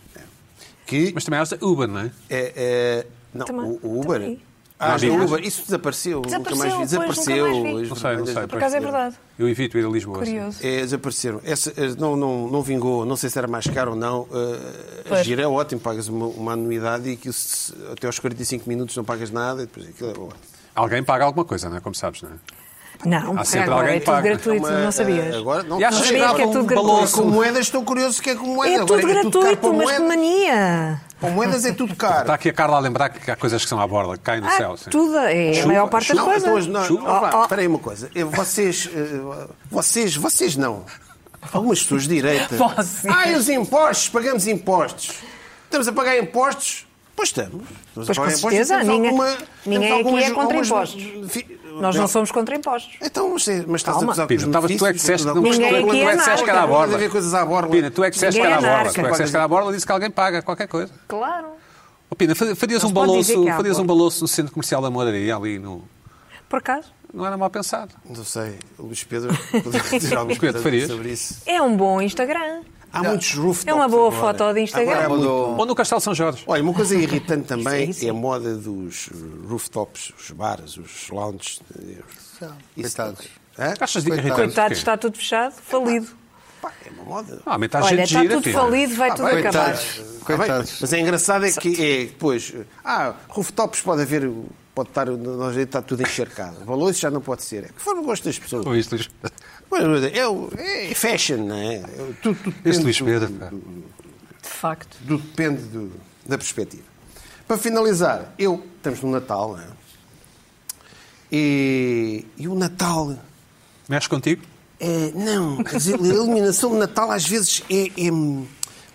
[SPEAKER 2] Que
[SPEAKER 1] Mas também há as da Uber, não é?
[SPEAKER 2] é, é- não,
[SPEAKER 3] Também-
[SPEAKER 2] o, o Uber.
[SPEAKER 3] também.
[SPEAKER 2] Ah,
[SPEAKER 1] Não,
[SPEAKER 2] o
[SPEAKER 1] digas.
[SPEAKER 2] Uber, isso desapareceu. nunca mais vi.
[SPEAKER 3] Desapareceu, pois, nunca
[SPEAKER 2] Desapareceu.
[SPEAKER 3] mais vi.
[SPEAKER 2] as
[SPEAKER 1] Não sei, não sei,
[SPEAKER 2] verdadeiras
[SPEAKER 1] pois.
[SPEAKER 3] Por acaso é
[SPEAKER 2] desapareceram.
[SPEAKER 3] verdade.
[SPEAKER 1] Eu evito ir a Lisboa. assim.
[SPEAKER 3] Curioso.
[SPEAKER 2] É, desapareceram. Essa, eh, não, não, não vingou, não sei se era mais caro ou não. eh, a
[SPEAKER 3] Pois.
[SPEAKER 2] gira é ótimo, pagas uma, uma anuidade e aquilo se- até aos 45 minutos não pagas nada e depois aquilo é ótimo.
[SPEAKER 1] Alguém paga alguma coisa, não é? Como sabes, não é?
[SPEAKER 3] Não,
[SPEAKER 1] Há
[SPEAKER 3] porque
[SPEAKER 1] sempre
[SPEAKER 3] agora
[SPEAKER 1] alguém
[SPEAKER 3] é
[SPEAKER 1] que
[SPEAKER 3] tudo
[SPEAKER 1] paga.
[SPEAKER 3] gratuito,
[SPEAKER 2] Uma,
[SPEAKER 3] não
[SPEAKER 2] eh,
[SPEAKER 3] sabias.
[SPEAKER 2] Agora não
[SPEAKER 1] E achas
[SPEAKER 3] Não
[SPEAKER 1] que
[SPEAKER 3] sabia
[SPEAKER 1] dava
[SPEAKER 3] que é
[SPEAKER 1] um
[SPEAKER 3] tudo
[SPEAKER 1] balanço?
[SPEAKER 2] Com moedas estou curioso que é com moedas.
[SPEAKER 3] É
[SPEAKER 2] Agora
[SPEAKER 3] tudo
[SPEAKER 2] caro para
[SPEAKER 3] gratuito, mas que
[SPEAKER 2] moedas.
[SPEAKER 3] mania!
[SPEAKER 2] Com moedas é tudo
[SPEAKER 1] Está
[SPEAKER 2] caro.
[SPEAKER 1] aqui a Carla a lembrar que há coisas que são à borda, que caem do céu.
[SPEAKER 3] Ah,
[SPEAKER 1] sim.
[SPEAKER 3] tudo é a
[SPEAKER 1] Chuva,
[SPEAKER 3] maior parte das
[SPEAKER 2] Não, então,
[SPEAKER 3] coisas.
[SPEAKER 2] não,
[SPEAKER 1] Chuva.
[SPEAKER 2] ó, vá,
[SPEAKER 3] Oh, oh.
[SPEAKER 2] espera aí uma coisa. Eu- Vocês, eh, vocês, vocês não. Algumas pessoas de direita.
[SPEAKER 3] Vocês.
[SPEAKER 2] Ai, os impostos, pagamos impostos. Estamos a pagar impostos? Pois estamos. estamos
[SPEAKER 3] Pois,
[SPEAKER 2] a pagar
[SPEAKER 3] com
[SPEAKER 2] impostos e
[SPEAKER 3] certeza,
[SPEAKER 2] temos
[SPEAKER 3] ninguém-
[SPEAKER 2] alguma-
[SPEAKER 3] ninguém
[SPEAKER 2] temos
[SPEAKER 3] aqui é
[SPEAKER 2] algumas-
[SPEAKER 3] contra
[SPEAKER 2] algumas- fi-
[SPEAKER 3] Nós não somos contra impostos.
[SPEAKER 2] Então, mas, mas estás
[SPEAKER 3] Calma.
[SPEAKER 2] a acusar
[SPEAKER 1] Pina,
[SPEAKER 2] dos
[SPEAKER 1] tava- tu é que
[SPEAKER 2] benefícios,
[SPEAKER 1] disseste que
[SPEAKER 2] alguma
[SPEAKER 1] não-
[SPEAKER 2] coisa-
[SPEAKER 3] Ninguém
[SPEAKER 1] tu
[SPEAKER 3] aqui
[SPEAKER 1] é
[SPEAKER 3] é
[SPEAKER 1] que disseste que era à
[SPEAKER 3] nada.
[SPEAKER 2] Deve
[SPEAKER 1] borda.
[SPEAKER 2] haver coisas à borla.
[SPEAKER 1] Pina, tu é que disseste que
[SPEAKER 3] Ninguém
[SPEAKER 1] era à
[SPEAKER 3] é
[SPEAKER 1] borda.
[SPEAKER 3] narca.
[SPEAKER 1] Tu é que disseste que era à borda, disse que alguém paga qualquer coisa.
[SPEAKER 3] Claro.
[SPEAKER 1] Ó, Pina, fa- farias, um
[SPEAKER 3] Não se pode dizer
[SPEAKER 1] balanço,
[SPEAKER 3] que é à
[SPEAKER 1] farias um
[SPEAKER 3] borda.
[SPEAKER 1] balanço no centro comercial da Moraria, ali no...
[SPEAKER 3] Por acaso?
[SPEAKER 1] Não era mal pensado.
[SPEAKER 2] Não sei, Luís Pedro, poderia dizer alguma
[SPEAKER 1] Pedro
[SPEAKER 2] coisa
[SPEAKER 1] Farias.
[SPEAKER 2] sobre isso.
[SPEAKER 3] É um bom Instagram.
[SPEAKER 2] Há muitos rooftops
[SPEAKER 3] É uma boa
[SPEAKER 2] agora.
[SPEAKER 3] foto de Instagram.
[SPEAKER 2] Agora há muito-
[SPEAKER 1] Ou no Castelo São Jorge.
[SPEAKER 2] Olha, uma coisa irritante também
[SPEAKER 3] Isso é isso.
[SPEAKER 2] é a moda dos rooftops, os bares, os lounges. Isso
[SPEAKER 4] Coitados.
[SPEAKER 2] também. Hã?
[SPEAKER 1] Achas de irritante?
[SPEAKER 3] Coitado,
[SPEAKER 1] porquê?
[SPEAKER 3] está tudo fechado, falido.
[SPEAKER 2] Pá, é uma moda.
[SPEAKER 1] Ah, mas está
[SPEAKER 3] Olha,
[SPEAKER 1] gente
[SPEAKER 3] está
[SPEAKER 1] gira,
[SPEAKER 3] tudo
[SPEAKER 1] Pina.
[SPEAKER 3] falido, vai
[SPEAKER 2] Ah,
[SPEAKER 3] tudo
[SPEAKER 2] vai,
[SPEAKER 3] acabar.
[SPEAKER 4] coitados.
[SPEAKER 2] Está bem?
[SPEAKER 4] Coitados.
[SPEAKER 2] Mas é engraçado é que é, depois, ah, rooftops pode haver, pode estar, nós está tudo encharcado. Valores já não pode ser. É conforme o gosto das pessoas.
[SPEAKER 1] Ou isto, Luís?
[SPEAKER 2] Pois, mas é, o- é fashion, não é? É- Tudo, tudo
[SPEAKER 1] Este
[SPEAKER 2] depende
[SPEAKER 1] Luís
[SPEAKER 2] do-
[SPEAKER 1] Pedro, pá.
[SPEAKER 3] De facto.
[SPEAKER 2] do- depende do- da perspectiva. Para finalizar, eu estamos no Natal, não é? E, e o Natal.
[SPEAKER 1] Mexe contigo?
[SPEAKER 2] é, não, quer dizer, a iluminação de Natal às vezes é, é-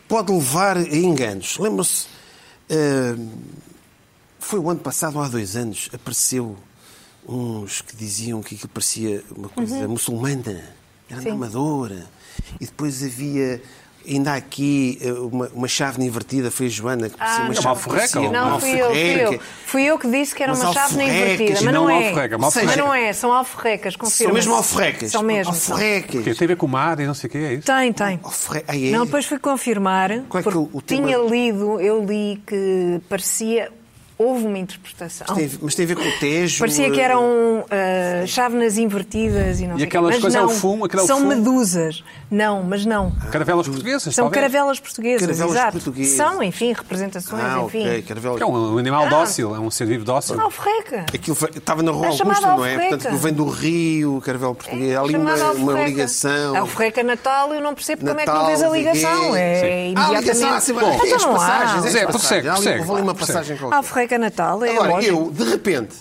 [SPEAKER 2] pode levar a enganos. Lembram-se, eh, foi o ano passado, ou há dois anos, apareceu uns que diziam que aquilo parecia uma coisa
[SPEAKER 3] Uhum.
[SPEAKER 2] muçulmana, era na amadora. E depois havia, ainda há aqui, eh, uma, uma chave invertida, foi a Joana que parecia
[SPEAKER 3] Ah,
[SPEAKER 2] uma
[SPEAKER 3] não.
[SPEAKER 2] chave
[SPEAKER 1] Uma alforreca
[SPEAKER 2] parecia
[SPEAKER 1] ou uma
[SPEAKER 3] Não,
[SPEAKER 1] Não,
[SPEAKER 3] fui eu, fui eu.
[SPEAKER 2] alforreca.
[SPEAKER 3] Fui eu que disse que era
[SPEAKER 2] Mas
[SPEAKER 3] uma chave nem
[SPEAKER 2] alforrecas,
[SPEAKER 3] invertida, mas
[SPEAKER 1] não
[SPEAKER 3] não é.
[SPEAKER 1] alforreca, uma
[SPEAKER 3] Mas
[SPEAKER 1] alforreca.
[SPEAKER 3] não é, são alforrecas, confirma.
[SPEAKER 2] São mesmo alforrecas.
[SPEAKER 3] São mesmo.
[SPEAKER 2] Alforrecas.
[SPEAKER 1] Porque tem a ver com o mar e não sei o quê, é isso?
[SPEAKER 3] Tem, tem.
[SPEAKER 2] Alforre- Ai, é.
[SPEAKER 3] Não, depois fui confirmar.
[SPEAKER 2] Qual é que
[SPEAKER 3] porque
[SPEAKER 2] o- o tema-
[SPEAKER 3] tinha lido, eu li que parecia. Houve uma interpretação.
[SPEAKER 2] Mas tem- Mas tem a ver com o Tejo.
[SPEAKER 3] Parecia que
[SPEAKER 2] eh,
[SPEAKER 3] eram ah, chávenas invertidas e
[SPEAKER 1] E
[SPEAKER 3] não sei o quê.
[SPEAKER 1] aquelas
[SPEAKER 3] Mas
[SPEAKER 1] coisas, é o
[SPEAKER 3] não,
[SPEAKER 1] fumo, aquilo é o
[SPEAKER 3] São
[SPEAKER 1] fumo.
[SPEAKER 3] medusas. Não, mas não.
[SPEAKER 2] Ah.
[SPEAKER 1] Caravelas portuguesas,
[SPEAKER 3] Então, São
[SPEAKER 1] talvez?
[SPEAKER 3] caravelas portuguesas,
[SPEAKER 2] Caravelas
[SPEAKER 3] exato.
[SPEAKER 2] portuguesas.
[SPEAKER 3] São, enfim, representações,
[SPEAKER 2] Ah,
[SPEAKER 3] enfim.
[SPEAKER 2] ok, Carvel.
[SPEAKER 1] Que é um animal
[SPEAKER 3] Ah.
[SPEAKER 1] dócil, é um ser vivo dócil.
[SPEAKER 3] Alforreca.
[SPEAKER 2] Aquilo foi- estava na Rua
[SPEAKER 3] É chamada
[SPEAKER 2] Augusta, não é?
[SPEAKER 3] alforreca.
[SPEAKER 2] Portanto, aquilo vem do Rio, Carvel português. Há ali
[SPEAKER 3] É Chamada
[SPEAKER 2] uma, uma
[SPEAKER 3] alforreca.
[SPEAKER 2] ligação.
[SPEAKER 3] A alforreca Natal, eu não percebo como é que não
[SPEAKER 2] Natal,
[SPEAKER 3] vês a ligação.
[SPEAKER 2] ninguém- Sim. Ah, a
[SPEAKER 3] É
[SPEAKER 2] ligação, ah,
[SPEAKER 3] imediatamente.
[SPEAKER 2] sim, bom, é
[SPEAKER 3] Então
[SPEAKER 2] as
[SPEAKER 3] não
[SPEAKER 2] passagens, é
[SPEAKER 3] há.
[SPEAKER 2] as
[SPEAKER 1] Zé,
[SPEAKER 2] passagens.
[SPEAKER 1] prossegue,
[SPEAKER 2] Há ali-
[SPEAKER 1] prossegue,
[SPEAKER 2] houve ali uma
[SPEAKER 1] prossegue.
[SPEAKER 2] passagem
[SPEAKER 3] A
[SPEAKER 2] qualquer.
[SPEAKER 3] alforreca Natal é
[SPEAKER 2] Agora,
[SPEAKER 3] lógico.
[SPEAKER 2] eu, de repente,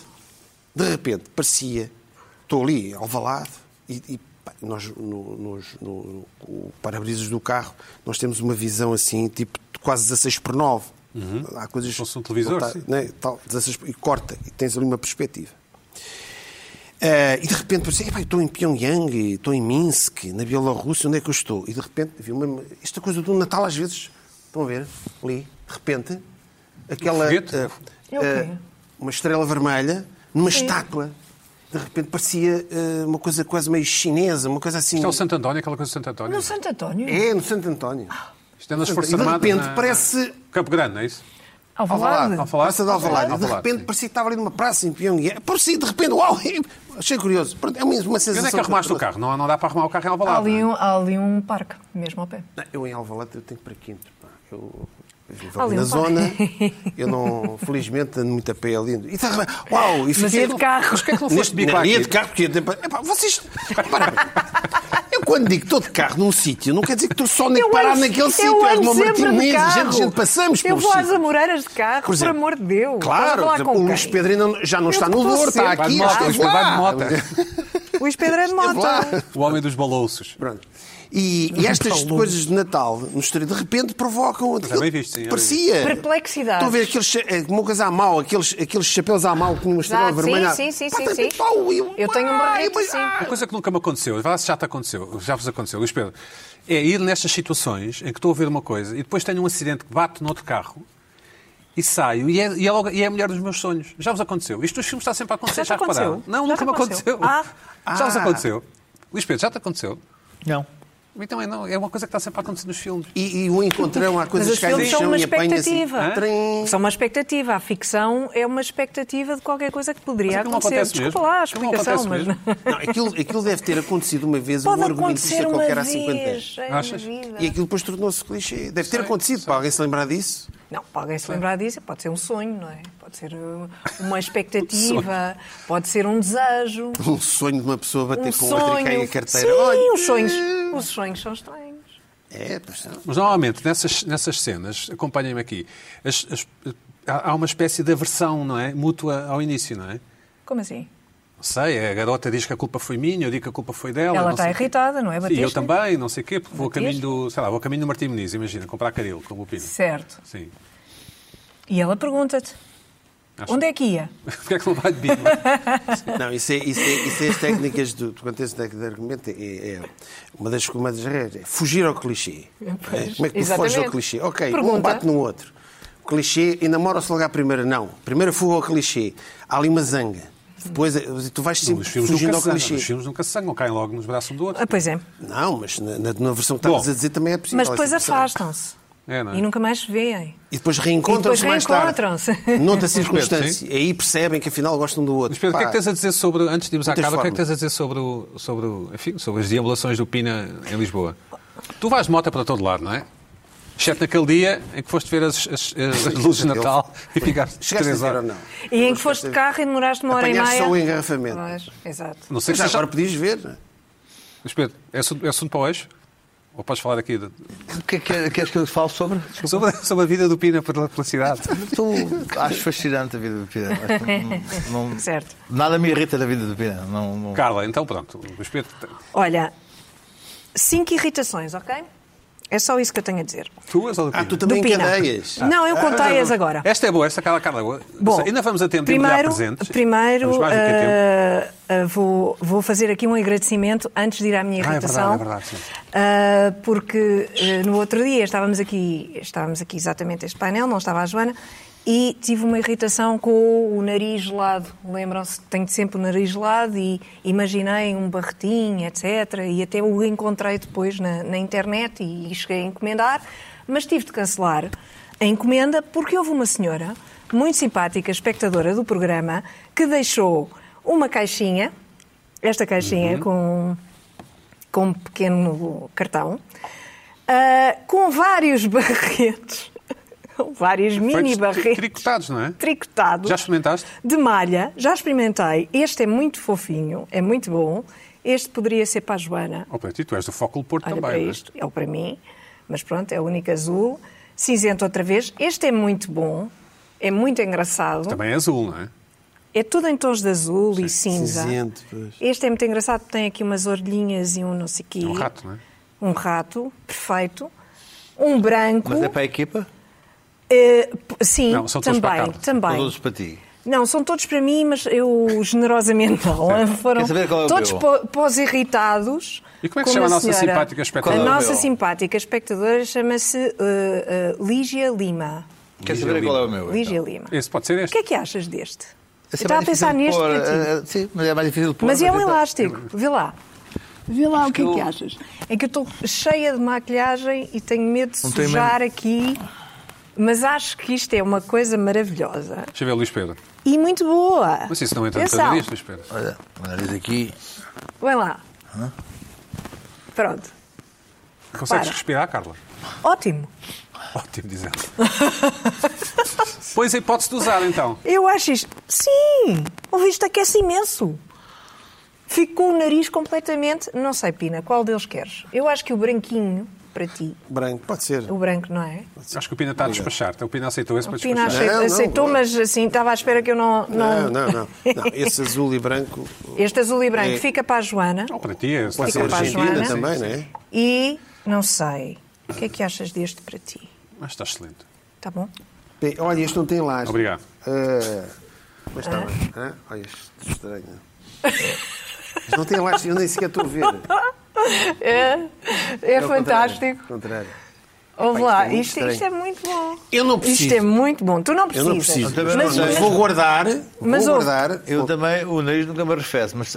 [SPEAKER 2] de repente, parecia, estou ali, alvalado, e, e pá, nós, no, nos- no- no- o para-brisas do carro, nós temos uma visão assim, tipo, de quase 16 por 9. Há coisas...
[SPEAKER 1] Fosse um televisor,
[SPEAKER 2] não tá-
[SPEAKER 1] sim.
[SPEAKER 2] né, tal, 16 por- e corta, e tens ali uma perspectiva. Ah, e de repente parecia, "Epá, eu estou em Pyongyang, estou em Minsk, na Bielorrússia, onde é que eu estou? E de repente, vi uma, esta coisa do Natal às vezes, estão a ver, ali, de repente, aquela...
[SPEAKER 1] foguete?
[SPEAKER 2] ah,
[SPEAKER 3] É o quê?
[SPEAKER 2] eh, uma estrela vermelha numa estátua. De repente parecia eh, uma coisa quase meio chinesa, uma coisa assim.
[SPEAKER 1] Isto é o Santo António, aquela coisa do Santo António.
[SPEAKER 3] No Santo António.
[SPEAKER 2] É, no Santo António.
[SPEAKER 1] Isto é nas
[SPEAKER 2] E
[SPEAKER 1] Forças
[SPEAKER 2] de
[SPEAKER 1] Armadas.
[SPEAKER 2] repente
[SPEAKER 1] na-
[SPEAKER 2] parece.
[SPEAKER 1] Campo Grande, não é isso?
[SPEAKER 3] Alvalade.
[SPEAKER 1] Alvalade.
[SPEAKER 2] Praça de Alvalade. E de
[SPEAKER 1] Alvalade,
[SPEAKER 2] repente
[SPEAKER 1] sim.
[SPEAKER 2] parecia que estava ali numa praça em Pyongyang. Parecia, de repente, uau! Achei curioso. Pronto, é uma, uma sensação.
[SPEAKER 1] E onde é que arrumaste o carro? Não, não dá para arrumar o carro em
[SPEAKER 3] Há
[SPEAKER 1] Alvalade.
[SPEAKER 3] ali,
[SPEAKER 1] não é?
[SPEAKER 3] um, há ali um parque, mesmo ao pé.
[SPEAKER 2] Não, eu em Alvalade eu tenho para quinto. Pá. Eu eu vivo
[SPEAKER 3] Ali
[SPEAKER 2] ali na
[SPEAKER 3] não pode.
[SPEAKER 2] zona. Eu não, felizmente, ando muito a pé ali. E tá, uau! E
[SPEAKER 3] Mas
[SPEAKER 2] fiquei-
[SPEAKER 3] ia de carro.
[SPEAKER 1] Mas porquê é que não foste
[SPEAKER 2] Neste,
[SPEAKER 1] bico
[SPEAKER 2] não,
[SPEAKER 1] aqui?
[SPEAKER 2] ia de carro porque ia de... Epá, vocês... Para. Eu quando digo estou de carro num sítio, não quer dizer que estou só nem
[SPEAKER 3] Eu
[SPEAKER 2] parar
[SPEAKER 3] ando-
[SPEAKER 2] naquele
[SPEAKER 3] eu
[SPEAKER 2] sítio.
[SPEAKER 3] ando
[SPEAKER 2] uma
[SPEAKER 3] sempre de
[SPEAKER 2] Martinez,
[SPEAKER 3] carro.
[SPEAKER 2] gente, gente, passamos
[SPEAKER 3] Eu
[SPEAKER 2] por
[SPEAKER 3] vou às
[SPEAKER 2] sítios.
[SPEAKER 3] Amoreiras de carro,
[SPEAKER 2] Por
[SPEAKER 3] por,
[SPEAKER 2] exemplo,
[SPEAKER 3] amor de Deus. Estás a
[SPEAKER 2] Claro,
[SPEAKER 3] falar
[SPEAKER 2] por exemplo,
[SPEAKER 3] com
[SPEAKER 2] o Luís
[SPEAKER 3] quem?
[SPEAKER 2] Pedro ainda não- já não
[SPEAKER 3] Eu
[SPEAKER 2] está
[SPEAKER 3] que
[SPEAKER 2] no
[SPEAKER 3] estou
[SPEAKER 2] Lourdes, está
[SPEAKER 3] sempre.
[SPEAKER 1] Vai
[SPEAKER 2] aqui,
[SPEAKER 1] de moto,
[SPEAKER 2] esteve
[SPEAKER 1] Luís Pedro, vai de
[SPEAKER 2] lá.
[SPEAKER 1] moto.
[SPEAKER 5] Luís Pedro é de
[SPEAKER 2] Esteve lá.
[SPEAKER 5] Mota.
[SPEAKER 1] O homem dos balouços.
[SPEAKER 2] Pronto. E, e estas coisas de Natal, no exterior, de repente provocam.
[SPEAKER 1] Também viste, é sim, já
[SPEAKER 2] Parecia.
[SPEAKER 3] Perplexidades.
[SPEAKER 2] Estou a ver aqueles, cha- eh, uma coisa à mal, aqueles, aqueles chapéus à mal que tinham uma estrela
[SPEAKER 3] Ah, sim,
[SPEAKER 2] vermelha.
[SPEAKER 3] sim, sim,
[SPEAKER 2] Pá,
[SPEAKER 3] sim,
[SPEAKER 2] tem
[SPEAKER 3] sim.
[SPEAKER 2] pau, eu,
[SPEAKER 3] Eu tenho um
[SPEAKER 2] Ai,
[SPEAKER 3] barrete,
[SPEAKER 2] mas- ah,
[SPEAKER 3] sim.
[SPEAKER 1] Uma coisa que nunca me aconteceu, vá se já te aconteceu, já vos aconteceu, Luís Pedro, é ir nestas situações em que estou a ver uma coisa e depois tenho um acidente que bate noutro carro e saio e é, e é logo- e é a mulher dos meus sonhos. Já vos aconteceu. Isto nos filmes está sempre a acontecer,
[SPEAKER 3] Já te
[SPEAKER 1] já, repararam?
[SPEAKER 3] aconteceu?
[SPEAKER 1] Não,
[SPEAKER 3] Já
[SPEAKER 1] nunca
[SPEAKER 3] te
[SPEAKER 1] me
[SPEAKER 3] aconteceu?
[SPEAKER 1] aconteceu.
[SPEAKER 2] Ah.
[SPEAKER 1] Já vos aconteceu. Luís Pedro, já te aconteceu?
[SPEAKER 4] Não.
[SPEAKER 1] A mim também não, é uma coisa que está sempre a acontecer nos filmes.
[SPEAKER 2] E, e o encontrão, há
[SPEAKER 3] Mas
[SPEAKER 2] coisas
[SPEAKER 3] os
[SPEAKER 2] que caem no
[SPEAKER 3] filmes são
[SPEAKER 2] chão
[SPEAKER 3] uma
[SPEAKER 2] e apanha assim.
[SPEAKER 3] expectativa.
[SPEAKER 2] Trim.
[SPEAKER 3] São uma expectativa. A ficção é uma expectativa de qualquer coisa que
[SPEAKER 2] é
[SPEAKER 3] poderia
[SPEAKER 1] aquilo não
[SPEAKER 3] acontecer.
[SPEAKER 1] acontece
[SPEAKER 3] Desculpa
[SPEAKER 1] mesmo.
[SPEAKER 3] lá a
[SPEAKER 1] Aquilo não
[SPEAKER 3] explicação, mas
[SPEAKER 1] acontece
[SPEAKER 2] Não, aquilo, aquilo deve ter acontecido uma vez a
[SPEAKER 3] pode
[SPEAKER 2] um
[SPEAKER 3] acontecer
[SPEAKER 2] argumentista
[SPEAKER 3] uma
[SPEAKER 2] qualquer há 50
[SPEAKER 3] vez.
[SPEAKER 2] anos.
[SPEAKER 3] é na
[SPEAKER 1] Achas?
[SPEAKER 3] vida.
[SPEAKER 2] E aquilo depois tornou-se clichê. Deve ter
[SPEAKER 1] Sei,
[SPEAKER 2] acontecido,
[SPEAKER 1] sei.
[SPEAKER 2] para alguém se lembrar disso.
[SPEAKER 3] Não, para alguém se lembrar disso, pode ser um sonho, não é? Pode ser uh, uma expectativa, pode ser um desejo,
[SPEAKER 2] Um sonho de uma pessoa bater
[SPEAKER 3] um
[SPEAKER 2] com
[SPEAKER 3] sonho.
[SPEAKER 2] outra e cair a carteira.
[SPEAKER 3] Sim,
[SPEAKER 2] Olha.
[SPEAKER 3] os sonhos. Os sonhos são estranhos.
[SPEAKER 2] É, pois não.
[SPEAKER 1] Mas normalmente nessas, nessas cenas, acompanhem-me aqui, as- as- há há uma espécie de aversão, não é? Mútua ao início, não é?
[SPEAKER 3] Como assim?
[SPEAKER 1] Não sei, a garota diz que a culpa foi minha, eu digo que a culpa foi dela.
[SPEAKER 3] Ela
[SPEAKER 1] não
[SPEAKER 3] está
[SPEAKER 1] sei o quê.
[SPEAKER 3] irritada, não é?
[SPEAKER 1] Sim, eu
[SPEAKER 3] Bateste?
[SPEAKER 1] também, não sei o quê, porque vou a
[SPEAKER 3] Bateste?
[SPEAKER 1] caminho do, sei lá, vou a caminho do Martim Muniz, imagina, comprar caril, como o Pino.
[SPEAKER 3] Certo.
[SPEAKER 1] Sim.
[SPEAKER 3] E ela pergunta-te,
[SPEAKER 1] Acho-
[SPEAKER 3] onde é que ia?
[SPEAKER 1] Porquê é que não vai de Bíblia?
[SPEAKER 2] Não, isso é, isso é, isso é as técnicas do, do contexto de, de argumento. É, é uma, das, uma das regras. É fugir ao clichê. É, como é que tu
[SPEAKER 3] exatamente.
[SPEAKER 2] foges ao clichê? Ok,
[SPEAKER 3] Pergunta.
[SPEAKER 2] um bate no outro. O clichê, e namora-se logo à primeira. Não. Primeiro fuga ao clichê. Há ali uma zanga. Depois eh, tu vais sempre
[SPEAKER 1] Os filmes
[SPEAKER 2] fugindo
[SPEAKER 1] nunca
[SPEAKER 2] ao
[SPEAKER 1] se sangam,
[SPEAKER 2] clichê.
[SPEAKER 1] os filmes nunca se sangam, caem logo nos braços um do outro.
[SPEAKER 3] Ah, pois é.
[SPEAKER 2] Não, mas na, na- na versão que
[SPEAKER 1] Bom.
[SPEAKER 2] estavas a dizer também é possível.
[SPEAKER 3] Mas
[SPEAKER 2] essa
[SPEAKER 3] depois
[SPEAKER 2] versão.
[SPEAKER 3] afastam-se.
[SPEAKER 1] É, não é?
[SPEAKER 3] E nunca mais se veem.
[SPEAKER 2] E depois reencontram-se
[SPEAKER 3] E
[SPEAKER 2] mais
[SPEAKER 3] depois
[SPEAKER 2] tarde.
[SPEAKER 3] reencontram-se.
[SPEAKER 1] Pedro,
[SPEAKER 2] Noutra circunstância. Aí percebem que afinal gostam do outro.
[SPEAKER 1] Mas Pedro, o que é
[SPEAKER 2] Pá.
[SPEAKER 1] que tens a dizer sobre, antes de irmos à
[SPEAKER 2] Muitas
[SPEAKER 1] cara, o que é que
[SPEAKER 2] formas.
[SPEAKER 1] tens a dizer sobre, o, sobre, o, enfim, sobre as deambulações do Pina em Lisboa? Tu vais de moto para todo lado, não é? Exceto naquele dia em que foste ver as, as- as luzes de Natal e ficaste
[SPEAKER 2] Chegaste a
[SPEAKER 1] três
[SPEAKER 2] ver ou
[SPEAKER 1] horas.
[SPEAKER 2] não?
[SPEAKER 3] E em que foste de carro e demoraste uma hora e
[SPEAKER 2] Apanhaste
[SPEAKER 3] meia.
[SPEAKER 2] só um o engarrafamento.
[SPEAKER 3] Pois, exato.
[SPEAKER 1] Não sei
[SPEAKER 2] Mas
[SPEAKER 1] que seja...
[SPEAKER 2] agora podias ver. não é?
[SPEAKER 1] Mas Pedro, é assunto, é assunto para o eixo? Ou podes falar aqui de-
[SPEAKER 4] O que é que queres que eu fale sobre?
[SPEAKER 1] sobre, sobre a vida do Pina pela, pela cidade?
[SPEAKER 4] Estou- acho fascinante a vida do Pina. Acho- não- não-
[SPEAKER 3] Certo.
[SPEAKER 4] nada me irrita da vida do Pina. Não, não-
[SPEAKER 1] Carla, então pronto. O Luís Pedro,
[SPEAKER 3] Olha, cinco irritações, ok? É só isso que eu tenho a dizer.
[SPEAKER 1] tuas ou do
[SPEAKER 2] Ah,
[SPEAKER 1] Pina?
[SPEAKER 2] tu também
[SPEAKER 3] Do Pina.
[SPEAKER 2] cadeias.
[SPEAKER 3] Não, eu contei-as agora.
[SPEAKER 1] Esta Ah. é boa, esta Carla, Carla. boa. Ou seja, ainda vamos a tempo de
[SPEAKER 3] primeiro,
[SPEAKER 1] embrulhar presentes.
[SPEAKER 3] Primeiro,
[SPEAKER 1] Vamos mais do que a tempo.
[SPEAKER 3] ah, ah, vou, vou fazer aqui um agradecimento antes de ir à minha
[SPEAKER 1] Ah, é
[SPEAKER 3] irritação.
[SPEAKER 1] verdade, é verdade, sim.
[SPEAKER 3] Ah, porque ah, no outro dia estávamos aqui, estávamos aqui exatamente este painel, não estava a Joana, e tive uma irritação com o nariz gelado. Lembram-se, tenho sempre o nariz gelado e imaginei um barretinho, etc. E até o encontrei depois na, na internet e cheguei a encomendar, mas tive de cancelar a encomenda porque houve uma senhora muito simpática, espectadora do programa, que deixou uma caixinha, esta caixinha com com um pequeno cartão, ah, com vários barretes, com vários mini
[SPEAKER 1] Feitos tri-
[SPEAKER 3] barretes
[SPEAKER 1] Tricotados, não é?
[SPEAKER 3] tricotados
[SPEAKER 1] Já experimentaste?
[SPEAKER 3] de malha. Já experimentei. Este é muito fofinho, é muito bom. Este poderia ser para a Joana.
[SPEAKER 1] Oh, Pedro, e tu és do Foco do Porto
[SPEAKER 3] Olha para
[SPEAKER 1] também, não é?
[SPEAKER 3] isto, é o para mim, mas pronto, é o único azul. Cinzento outra vez. Este é muito bom, é muito engraçado.
[SPEAKER 1] Também é azul, não é?
[SPEAKER 3] É tudo em tons de azul e cinza.
[SPEAKER 2] Cinzento, pois.
[SPEAKER 3] Este é muito engraçado porque tem aqui umas orelhinhas e um não sei quê.
[SPEAKER 1] É um rato, não é?
[SPEAKER 3] Um rato, perfeito. Um branco.
[SPEAKER 4] Mas é para a equipa?
[SPEAKER 3] eh, p- sim,
[SPEAKER 1] Não, são todos
[SPEAKER 3] também.
[SPEAKER 1] para a Carla.
[SPEAKER 3] também.
[SPEAKER 4] Todos para ti.
[SPEAKER 3] Não, são todos para mim, mas eu generosamente não. Foram
[SPEAKER 4] Quer saber qual é o
[SPEAKER 3] todos
[SPEAKER 4] meu?
[SPEAKER 3] po- pós-irritados.
[SPEAKER 1] E como é que se chama a
[SPEAKER 3] uma
[SPEAKER 1] nossa
[SPEAKER 3] senhora.
[SPEAKER 1] simpática espectadora?
[SPEAKER 4] Qual é
[SPEAKER 3] A
[SPEAKER 4] o
[SPEAKER 3] nossa
[SPEAKER 4] meu?
[SPEAKER 3] simpática espectadora chama-se eh, eh, Lígia Lima.
[SPEAKER 4] Quer saber qual é o meu?
[SPEAKER 3] Lígia
[SPEAKER 4] então?
[SPEAKER 3] Lima.
[SPEAKER 1] Esse pode ser
[SPEAKER 3] O que
[SPEAKER 1] este.
[SPEAKER 3] é que achas deste?
[SPEAKER 4] Esse
[SPEAKER 3] eu estava
[SPEAKER 4] é
[SPEAKER 3] a
[SPEAKER 4] mais
[SPEAKER 3] pensar
[SPEAKER 4] difícil de
[SPEAKER 3] neste
[SPEAKER 4] pôr,
[SPEAKER 3] para ti.
[SPEAKER 4] eh, eh, Sim, mas é mais difícil de pôr.
[SPEAKER 3] Mas é um
[SPEAKER 4] então-
[SPEAKER 3] elástico, vê lá. Vê lá o que é
[SPEAKER 4] eu-
[SPEAKER 3] que achas. É que eu estou cheia de maquilhagem e tenho medo de
[SPEAKER 4] Não tem
[SPEAKER 3] sujar aqui, mas acho que isto é uma coisa maravilhosa
[SPEAKER 1] Deixa eu ver, Luís Pedro.
[SPEAKER 3] e muito boa.
[SPEAKER 1] Mas isso não entra no teu
[SPEAKER 3] Atenção,
[SPEAKER 1] nariz, Luís Pedro.
[SPEAKER 4] Olha, o nariz aqui.
[SPEAKER 3] Vem lá. Pronto.
[SPEAKER 1] Consegues
[SPEAKER 3] Repara.
[SPEAKER 1] respirar, Carla?
[SPEAKER 3] Ótimo.
[SPEAKER 1] Ótimo, diz ela. pois a hipótese de usar, então.
[SPEAKER 3] Eu acho isto. Sim! O visto aquece imenso. Fico com o nariz completamente. Não sei, Pina, qual deles queres? Eu acho que o branquinho para ti?
[SPEAKER 2] Branco, pode ser.
[SPEAKER 3] O branco, não é?
[SPEAKER 1] Acho que o Pina está a despachar. O Pina aceitou esse para
[SPEAKER 3] O Pina
[SPEAKER 1] despachar.
[SPEAKER 3] aceitou,
[SPEAKER 2] Não, não,
[SPEAKER 3] aceitou,
[SPEAKER 2] não.
[SPEAKER 3] mas assim, estava à espera que eu não.
[SPEAKER 2] Não,
[SPEAKER 3] não...
[SPEAKER 2] não, não. Não, Esse azul e branco
[SPEAKER 3] Este azul e branco
[SPEAKER 2] É.
[SPEAKER 3] fica para a Joana
[SPEAKER 1] Ou para ti, é
[SPEAKER 2] pode ser
[SPEAKER 3] Fica para a
[SPEAKER 2] Argentina
[SPEAKER 3] Joana.
[SPEAKER 2] também, não é?
[SPEAKER 3] e não sei. O que é que achas deste para ti?
[SPEAKER 1] Mas está excelente.
[SPEAKER 3] Está bom?
[SPEAKER 2] Bem, olha, este não tem laje.
[SPEAKER 1] Obrigado.
[SPEAKER 2] Ah, mas está bem. Ah, olha, isto é estranho. Isto não tem laje, eu nem sequer estou a ver.
[SPEAKER 3] É, é
[SPEAKER 2] Ao contrário,
[SPEAKER 3] fantástico.
[SPEAKER 2] ao contrário.
[SPEAKER 3] Ouve lá,
[SPEAKER 2] muito
[SPEAKER 3] isto, isto é
[SPEAKER 2] estranho.
[SPEAKER 3] muito bom.
[SPEAKER 2] Eu não
[SPEAKER 3] Isto é
[SPEAKER 2] preciso.
[SPEAKER 3] muito bom. Tu não
[SPEAKER 2] Eu
[SPEAKER 3] precisas.
[SPEAKER 2] não preciso.
[SPEAKER 4] Mas-
[SPEAKER 2] Mas,
[SPEAKER 4] mas-
[SPEAKER 2] vou guardar.
[SPEAKER 3] Mas,
[SPEAKER 2] vou
[SPEAKER 3] ouve,
[SPEAKER 2] guardar.
[SPEAKER 4] Eu também, o nariz nunca me arrefece, mas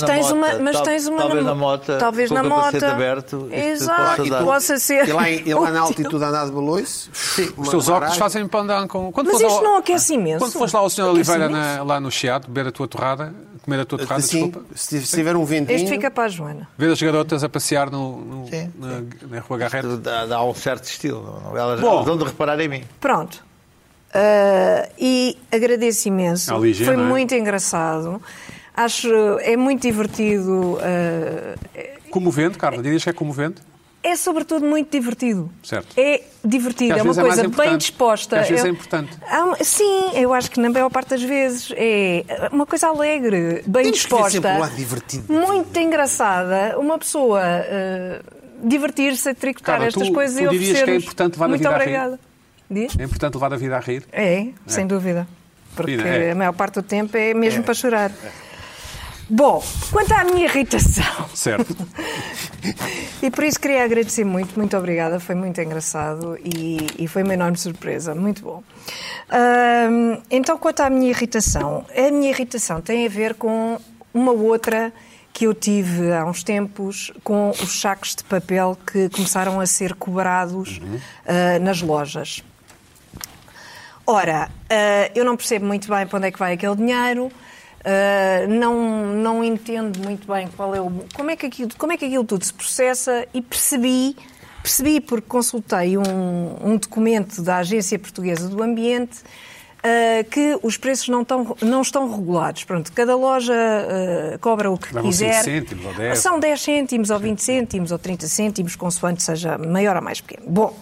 [SPEAKER 3] Mas
[SPEAKER 4] na
[SPEAKER 3] tens
[SPEAKER 4] mota,
[SPEAKER 3] uma, mas
[SPEAKER 4] tal-
[SPEAKER 3] tens uma
[SPEAKER 4] talvez
[SPEAKER 3] na-
[SPEAKER 4] na mota,
[SPEAKER 3] talvez
[SPEAKER 4] com
[SPEAKER 3] na
[SPEAKER 4] o capacete
[SPEAKER 3] mota.
[SPEAKER 4] aberto, isto
[SPEAKER 3] Exato.
[SPEAKER 4] possa dar.
[SPEAKER 3] possa ser.
[SPEAKER 2] E lá, em- e lá na altitude a andar de balões.
[SPEAKER 1] Os teus óculos fazem para andar com. Quando
[SPEAKER 3] Mas
[SPEAKER 1] fores
[SPEAKER 3] isto
[SPEAKER 1] lá-
[SPEAKER 3] não é
[SPEAKER 2] Ah.
[SPEAKER 3] aquece imenso?
[SPEAKER 1] Quando fores lá ao Sr.
[SPEAKER 3] Aquece
[SPEAKER 1] Oliveira
[SPEAKER 3] imenso?
[SPEAKER 1] na- lá no Chiado, beber a tua torrada, comer a tua torrada,
[SPEAKER 2] Assim,
[SPEAKER 1] desculpa,
[SPEAKER 2] se se tiver um ventinho.
[SPEAKER 3] Este fica para a Joana.
[SPEAKER 1] ver as garotas a passear no, no-
[SPEAKER 4] Sim,
[SPEAKER 1] na, na Rua Garreta.
[SPEAKER 4] Dá, dá um certo estilo. não- não- Elas,
[SPEAKER 1] Bom.
[SPEAKER 4] elas vão de reparar em mim.
[SPEAKER 3] Pppronto. Ah, e agradeço imenso.
[SPEAKER 1] À Ligia,
[SPEAKER 3] Foi
[SPEAKER 1] não é?
[SPEAKER 3] muito engraçado. Acho é muito divertido. ah,
[SPEAKER 1] Comovente, Carla, dirias que é comovente?
[SPEAKER 3] é sobretudo muito divertido.
[SPEAKER 1] Certo.
[SPEAKER 3] É divertido,
[SPEAKER 1] Que às
[SPEAKER 3] é uma
[SPEAKER 1] vezes é mais
[SPEAKER 3] coisa bem
[SPEAKER 1] importante.
[SPEAKER 3] disposta.
[SPEAKER 1] Que às vezes
[SPEAKER 3] Eu-
[SPEAKER 1] é importante.
[SPEAKER 3] Há uma- Sim, eu acho que na maior parte das vezes é uma coisa alegre,
[SPEAKER 2] Temos que
[SPEAKER 3] bem
[SPEAKER 2] ver
[SPEAKER 3] disposta.
[SPEAKER 2] sempre o lado divertido.
[SPEAKER 3] Muito engraçada. Uma pessoa eh, divertir-se a tricotar
[SPEAKER 1] Cara, tu-
[SPEAKER 3] estas coisas
[SPEAKER 1] tu
[SPEAKER 3] e
[SPEAKER 1] dirias que é
[SPEAKER 3] oferecer
[SPEAKER 1] importante levar a
[SPEAKER 3] Muito
[SPEAKER 1] vida a rir?
[SPEAKER 3] obrigada. Diz?
[SPEAKER 1] É importante levar a vida a rir.
[SPEAKER 3] É, sem dúvida. Porque
[SPEAKER 1] Pina, é.
[SPEAKER 3] a maior parte do tempo é mesmo para chorar. Bom, quanto à minha irritação,
[SPEAKER 1] Certo.
[SPEAKER 3] e por isso queria agradecer muito, muito obrigada, foi muito engraçado e, e foi uma enorme surpresa, muito bom. Ahm, então, quanto à minha irritação, a minha irritação tem a ver com uma outra que eu tive há uns tempos com os sacos de papel que começaram a ser cobrados ah, nas lojas. Ora, ah, eu não percebo muito bem para onde é que vai aquele dinheiro, ah, não, não entendo muito bem qual é o, como, é que aquilo, como é que aquilo tudo se processa e percebi, percebi porque consultei um, um documento da Agência Portuguesa do Ambiente ah, que os preços não estão, não estão regulados. Pronto, cada loja ah, cobra o que
[SPEAKER 1] Levam
[SPEAKER 3] quiser.
[SPEAKER 1] 5 um cêntimos ou 10.
[SPEAKER 3] São 10 cêntimos ou 20 cêntimos ou 30 cêntimos, consoante seja maior ou mais pequeno. Bom,